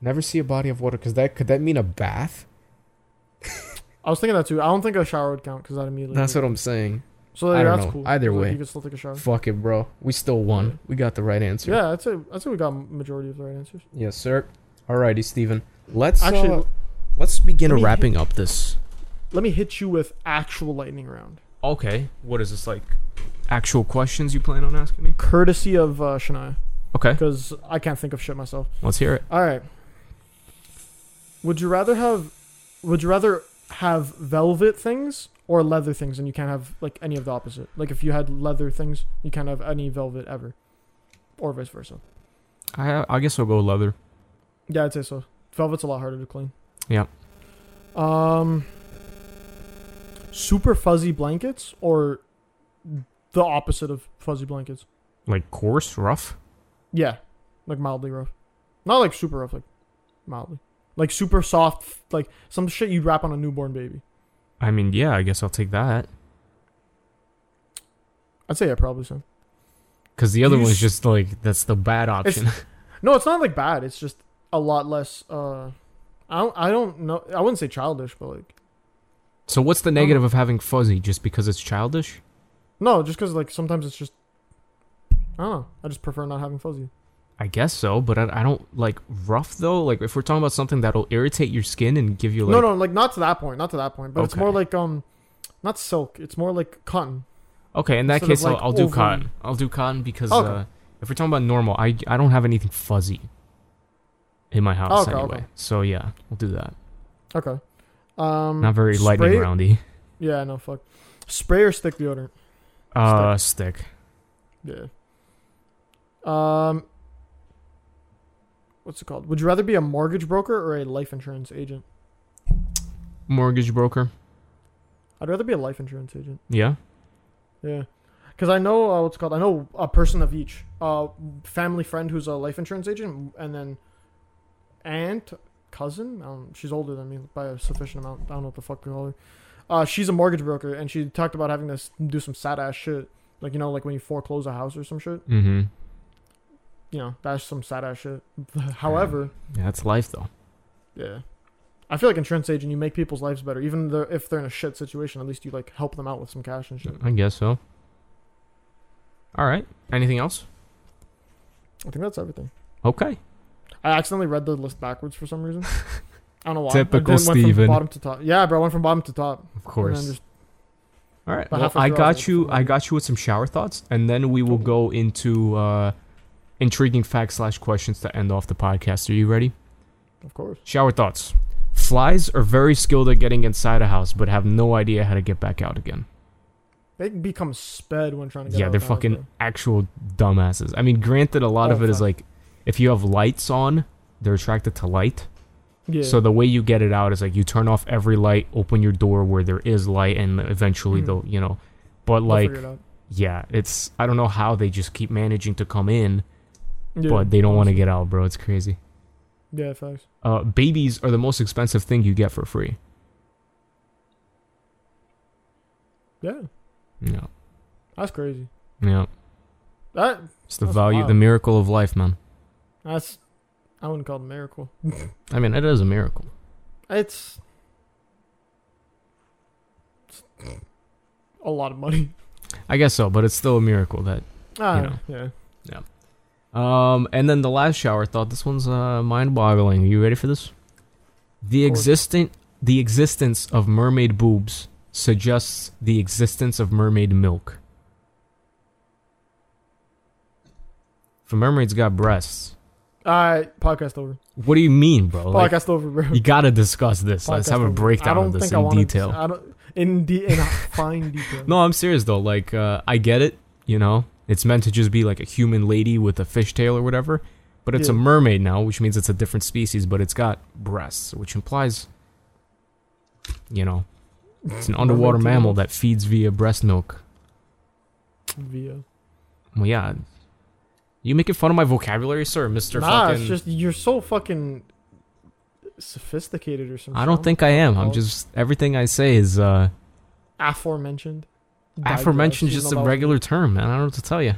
E: Never see a body of water because that could that mean a bath?
D: I was thinking that too. I don't think a shower would count because that immediately.
E: That's what I'm saying.
D: So
E: I
D: yeah,
E: don't
D: that's
E: know.
D: cool.
E: Either
D: So
E: way,
D: you can still take a shower.
E: Fuck it, bro. We still won. We got the right answer.
D: yeah, I'd say I'd say we got majority of the right answers.
E: Yes, sir. Alrighty, Steven. Let's actually
D: Actually,
E: let's begin
D: let me-
E: wrapping up this.
D: Let me hit you with actual lightning round,
E: Okay. What is this like? Actual questions you plan on asking me?
D: courtesy of uh, Shania.
E: Okay.
D: Because I can't think of shit myself.
E: Let's hear it.
D: All right. Would you rather have? Would you rather have velvet things or leather things, and you can't have like any of the opposite? Like if you had leather things, you can't have any velvet ever, or vice versa.
L: I I guess I'll go leather.
D: Yeah, I'd say so. Velvet's a lot harder to clean.
L: Yeah.
D: Um, super fuzzy blankets or the opposite of fuzzy blankets.
L: Like coarse, rough.
D: Yeah, like mildly rough, not like super rough, like mildly, like super soft, like some shit you'd wrap on a newborn baby.
L: I mean, yeah, I guess I'll take that.
D: I'd say yeah, probably so.
L: Because the other
D: You
L: one's
D: s-
L: just like that's the bad
D: It's,
L: option.
D: no, it's not like bad. It's just a lot less. Uh, I don't. I don't know. I wouldn't say childish, but like
L: so what's the negative of having fuzzy? Just because it's childish?
D: no, just because like sometimes it's just. I don't know. I just prefer not having fuzzy.
L: I guess so, but I, I don't like rough though. Like if we're talking about something that'll irritate your skin and give you like
D: no, no, like not to that point. Not to that point. But it's
L: Okay.
D: more like um, not silk. It's more like cotton.
E: Okay, in that
M: Instead of,
E: case,
M: like,
E: I'll, I'll do
M: over-
E: cotton. I'll do cotton because
M: Okay.
E: uh, if we're talking about normal, I I don't have anything fuzzy in my house
D: Okay,
E: anyway.
D: okay.
E: So yeah, we'll do that.
D: Okay. Um,
E: Not very lightning
D: spray-
E: roundy.
D: Yeah, no fuck. Spray or stick deodorant.
E: Uh, stick.
D: Yeah. Um. What's it called? Would you rather be a mortgage broker or a life insurance agent?
E: Mortgage broker.
D: I'd rather be a life insurance agent.
E: Yeah.
D: Yeah. Because I know uh, what's it called. I know a person of each. Uh, family friend who's a life insurance agent, and then aunt, cousin. Um, she's older than me by a sufficient amount. I don't know what the fuck to call her. Uh, she's a mortgage broker, and she talked about having to s- do some sad ass shit. Like you know, like when you foreclose a house or some shit.
E: Mm-hmm.
D: You know, that's some sad ass shit. However,
E: Yeah, that's life though.
D: yeah. I feel like insurance agent, you make people's lives better, even though if they're in a shit situation. At least you like help them out with some cash and shit.
E: I guess so. All right. Anything else?
D: I think that's everything.
E: Okay.
D: I accidentally read the list backwards for some reason. I don't know why.
E: Typical
D: I did- went
E: Steven.
D: From bottom to top. Yeah, bro. I went from bottom to top.
E: Of
D: And
E: course.
D: then just-
E: All right.
D: But
E: Well,
D: halfway
E: I
D: through, I was
E: got you. I got you with some shower thoughts, and then we will go into uh, intriguing facts slash questions to end off the podcast. Are you ready?
D: Of course.
E: Shower thoughts. Flies are very skilled at getting inside a house, but have no idea how to get back out again.
D: They become sped when trying to get
E: yeah,
D: out
E: they're
D: of the house,
E: fucking
D: bro.
E: actual dumbasses. I mean, granted, a lot
D: Oh,
E: of it is
D: fuck.
E: like if you have lights on, they're attracted to light.
D: Yeah.
E: So the way you get it out is like you turn off every light, open your door where there is light, and eventually
D: Mhm.
E: they'll, you know. But
D: They'll
E: like,
D: figure it out.
E: yeah, it's I don't know how they just keep managing to come in,
D: Yeah,
E: but they don't want to
D: honestly.
E: get out, bro. It's crazy.
D: Yeah, facts.
E: Uh, babies are the most expensive thing you get for free.
D: Yeah,
E: Yeah,
D: that's crazy.
E: yeah.
D: That.
E: It's the
D: that's
E: value,
D: wild.
E: the miracle of life, man.
D: That's. I wouldn't call it a miracle.
E: I mean, it is a miracle.
D: it's. it's A lot of money.
E: I guess so, but it's still a miracle that
D: Ah,
E: you know.
D: yeah.
E: Yeah. Um, and then the last shower thought. This one's uh, mind-boggling. Are you ready for this? The
M: Of course.
E: existent the existence of mermaid boobs suggests the existence of mermaid milk. If a mermaid's got breasts,
D: All right, podcast over.
E: what do you mean, bro?
D: Podcast over, bro.
E: You gotta discuss this. Let's
D: Podcast
E: have a
D: over. I
E: breakdown
D: don't
E: of this
D: think I
E: in
D: wanna-
E: detail.
D: I don't, in de- in fine detail.
E: No, I'm serious though. Like, uh, I get it. You know, it's meant to just be like a human lady with a fishtail or whatever, but it's a
D: Yeah.
E: mermaid now, which means it's a different species, but it's got breasts, which implies, you know, it's an underwater
D: Mermaid
E: mammal
D: tails.
E: that feeds via breast milk.
D: Via.
E: Well, yeah. You making fun of my vocabulary, sir, Mister
D: Nah,
E: fucking?
D: it's just you're so fucking sophisticated or something.
E: I don't think I am. I'm just everything I say is uh,
D: aforementioned. digress,
E: aforementioned,
D: you
E: just
D: know
E: a
D: about-
E: regular term, man. I don't know what to tell you.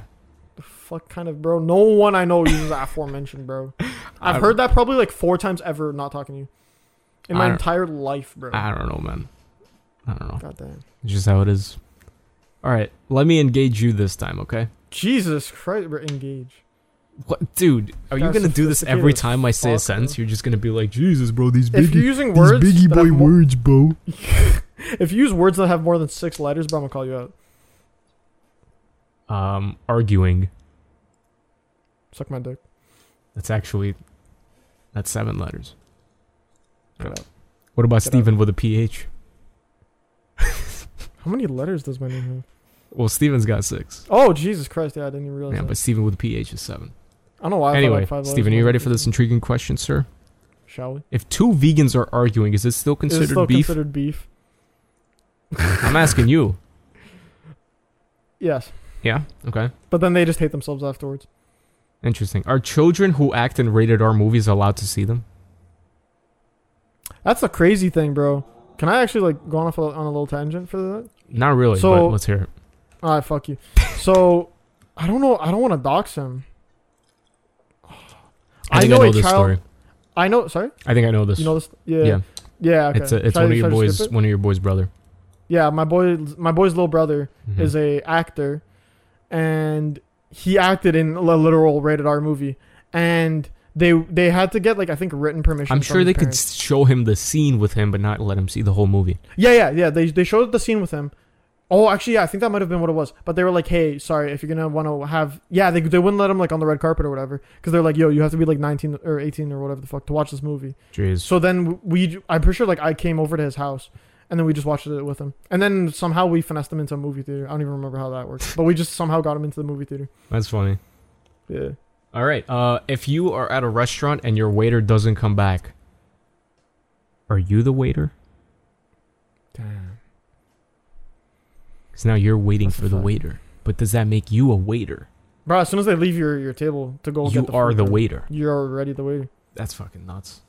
D: the fuck kind of bro. No one I know uses aforementioned, bro. I've
E: I-
D: heard that probably like four times ever. Not talking to you in
E: I
D: my
E: don't-
D: entire life, bro.
E: I don't know, man. I don't know.
D: God damn.
E: It's just how it is. All right, let me engage you this time, okay?
D: Jesus Christ, bro. Engage.
E: What, dude? Are you
D: That's
E: gonna do this every
D: sophisticated as
E: time I say a
D: fuck,
E: sentence? You're just gonna be like, Jesus, bro, these biggie,
D: If you're using words
E: these biggie
D: that
E: boy
D: have mo-
E: words, bro.
D: If you use words that have more than six letters, bro, I'm gonna call you out.
E: Um, arguing.
D: Suck my dick.
E: That's actually, that's seven letters.
D: Get out.
E: What about
D: Get out.
E: Steven with a PH?
D: How many letters does my name have?
E: Well, Steven's got six.
D: Oh Jesus Christ! Yeah, I didn't even realize.
E: Yeah,
D: that.
E: but Steven with a PH is seven.
D: I don't know why. I thought,
E: anyway,
D: like, five letters
E: Steven, are
D: was-
E: you ready for this intriguing question, sir?
D: Shall we?
E: If two vegans are arguing, is it still considered
D: is it still
E: beef?
D: considered beef?
E: I'm asking you.
D: Yes,
E: Yeah. Okay.
D: but then they just hate themselves afterwards.
E: Interesting. Are children who act in rated R movies allowed to see them?
D: That's a crazy thing, bro. Can I actually like go on off a, on a little tangent for that?
E: Not really,
D: So-
E: but let's hear it.
D: All right, fuck you. So I don't know. I don't want to dox him.
E: I think I know this story.
D: I know. Sorry.
E: I think I know this.
D: You know this? Yeah.
E: Yeah.
D: Yeah, okay.
E: It's a, it's
D: Should I-
E: one of
D: should
E: your
D: I
E: boys,
D: skip it?
E: one of your boys' brother.
D: Yeah, my boy, my boy's little brother
E: Mhm.
D: is a actor, and he acted in a literal rated R movie, and they they had to get like I think written permission.
E: I'm
D: from
E: sure
D: his
E: they could
D: parents.
E: s- show him the scene with him, but not let him see the whole movie.
D: Yeah, yeah, yeah. They they showed the scene with him, Oh, actually, yeah, I think that might have been what it was. But they were like, "Hey, sorry, if you're gonna want to have, yeah, they, they wouldn't let him like on the red carpet or whatever, because they're like, yo, you have to be like 19 or 18 or whatever the fuck to watch this movie."
E: Jeez.
D: So then we, I'm pretty sure like I came over to his house, and then we just watched it with him, and then somehow we finessed him into a movie theater. I don't even remember how that worked, but we just somehow got him into the movie theater.
E: That's funny.
D: Yeah.
E: All right. Uh, if you are at a restaurant and your waiter doesn't come back, are you the waiter?
D: Damn.
E: Because now you're waiting
D: That's a
E: for the
D: fact.
E: waiter. But does that make you a waiter?
D: Bro, as soon as they leave your, your table to go,
E: You
D: get the
E: are
D: food,
E: the
D: bro,
E: waiter.
D: You're already the waiter.
E: That's fucking nuts.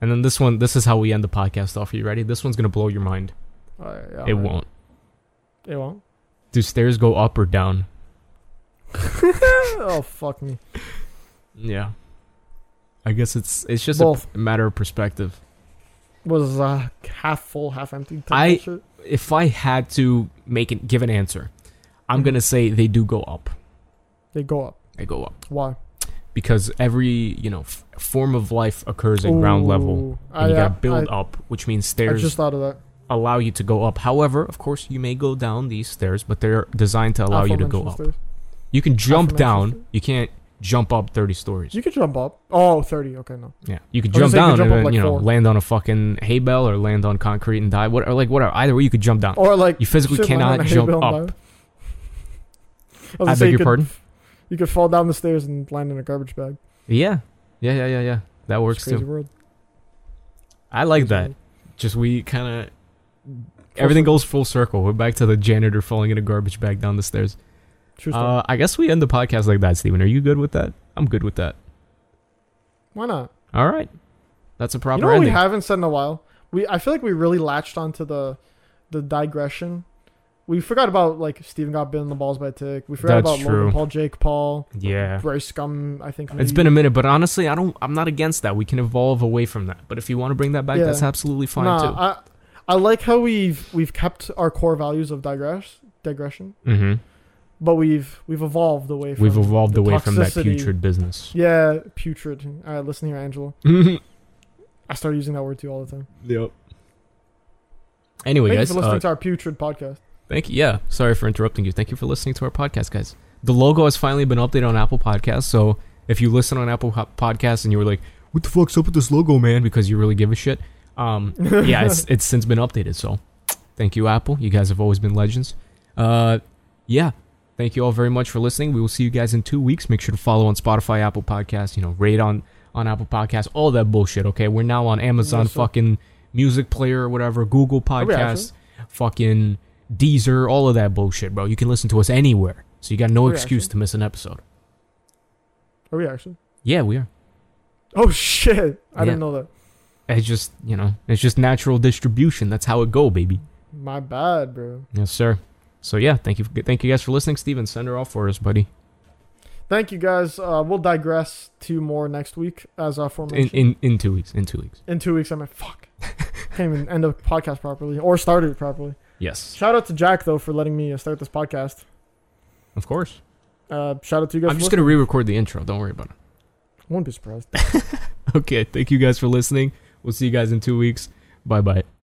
E: And then this one, this is how we end the podcast off. Are you ready? This one's gonna blow your mind.
D: Alright, Oh, yeah,
E: it
D: man.
E: won't.
D: It won't.
E: Do stairs go up or down?
D: oh fuck me.
E: Yeah. I guess it's it's just
D: Both.
E: a matter of perspective.
D: Was uh, half full, half empty. type of
E: I
D: shit.
E: if I had to make it give an answer, I'm gonna say they do go up.
D: Mm-hmm. They go up.
E: They go up
D: Why?
E: because every you know f- form of life occurs at ground level,
D: Ooh.
E: and
D: I-
E: you gotta
D: I-
E: build
D: I-
E: up, which means
D: I
E: stairs
D: just thought of that.
E: allow you to go up. However, of course, you may go down these stairs, but they're designed to allow you to go
D: Aforementioned stairs.
E: up. You can jump
D: Aforementioned
E: down. You can't jump up 30 stories.
D: You could jump up. Oh, 30. Okay, no.
E: Yeah, you could
D: I was
E: jump
D: gonna say you could
E: down
D: jump
E: and
D: up
E: then,
D: like
E: you know
D: four.
E: land on a fucking hay bale or land on concrete and die. What or like whatever. Either way, you could jump down.
D: Or like
E: Uh, you physically
D: shit, land on
E: cannot
D: a hay
E: jump
D: bale and
E: up.
D: die. I, was gonna
E: I
D: say
E: beg
D: you
E: your
D: could-
E: pardon.
D: You could fall down the stairs and land in a garbage bag.
E: Yeah, yeah, yeah, yeah, yeah. That works
D: It's crazy
E: too.
D: world.
E: I like that. Just we kind of everything goes full circle. We're back to the janitor falling in a garbage bag down the stairs.
D: True story.
E: Uh, I guess we end the podcast like that, Steven. Are you good with that? I'm good with that.
D: Why not?
E: All right, that's a proper
D: you know what
E: ending.
D: we haven't said in a while. We I feel like we really latched onto the the digression. We forgot about like Stephen got bitten in the balls by a tick. We forgot
E: That's
D: about Logan
E: true.
D: Paul, Jake Paul,
E: Yeah.
D: Bryce Scum. I think
E: It's
D: maybe.
E: been a minute, but honestly, I don't. I'm not against that. We can evolve away from that. But if you want to bring that back,
D: Yeah.
E: that's absolutely fine
D: Nah,
E: too.
D: I, I like how we've we've kept our core values of digress digression,
E: mm-hmm.
D: but we've we've evolved away. from
E: We've evolved
D: the
E: away from that
D: toxicity.
E: putrid business.
D: Yeah, putrid. All right, listen here, Angela.
E: Mhm.
D: I start using that word too all the time.
E: Yep. Anyway,
D: Thank
E: guys,
D: you for listening
E: uh,
D: to our putrid podcast.
E: Thank you. Yeah, sorry for interrupting you. Thank you for listening to our podcast, guys. The logo has finally been updated on Apple Podcasts. So if you listen on Apple Ho- Podcasts and you were like, "What the fuck's up with this logo, man?" because you really give a shit, um, yeah, it's it's since been updated. So thank you, Apple. You guys have always been legends. Uh, yeah, thank you all very much for listening. We will see you guys in two weeks. Make sure to follow on Spotify, Apple Podcasts. You know, rate on on Apple Podcasts. All that bullshit. Okay, we're now on Amazon
M: Yes, sir.
E: fucking music player or whatever, Google
M: Are we actually?
E: Podcasts fucking Deezer, all of that bullshit, bro. You can listen to us anywhere. So you got no
D: Are we
E: excuse
D: actually?
E: to miss an episode.
D: Are we actually?
E: Yeah, we are.
D: Oh shit! I
E: Yeah.
D: didn't know that.
E: It's just, you know, it's just natural distribution. That's how it go, baby.
D: My bad, bro.
E: Yes, sir. So yeah, thank you thank you guys for listening, Steven. Send her off for us, buddy.
D: Thank you guys. Uh, we'll digress to more next week as our
E: In
D: formation. In,
E: in, in two weeks. In two weeks.
D: two weeks, I'm like, fuck. Can't even end a podcast properly or start it properly.
E: Yes.
D: Shout out to Jack though for letting me uh, start this podcast.
E: Of course.
D: Uh, shout out to you guys.
E: I'm
D: for
E: just gonna
D: listening.
E: re record the intro, don't worry about it.
D: Won't be surprised.
E: Okay, thank you guys for listening. We'll see you guys in two weeks. Bye bye.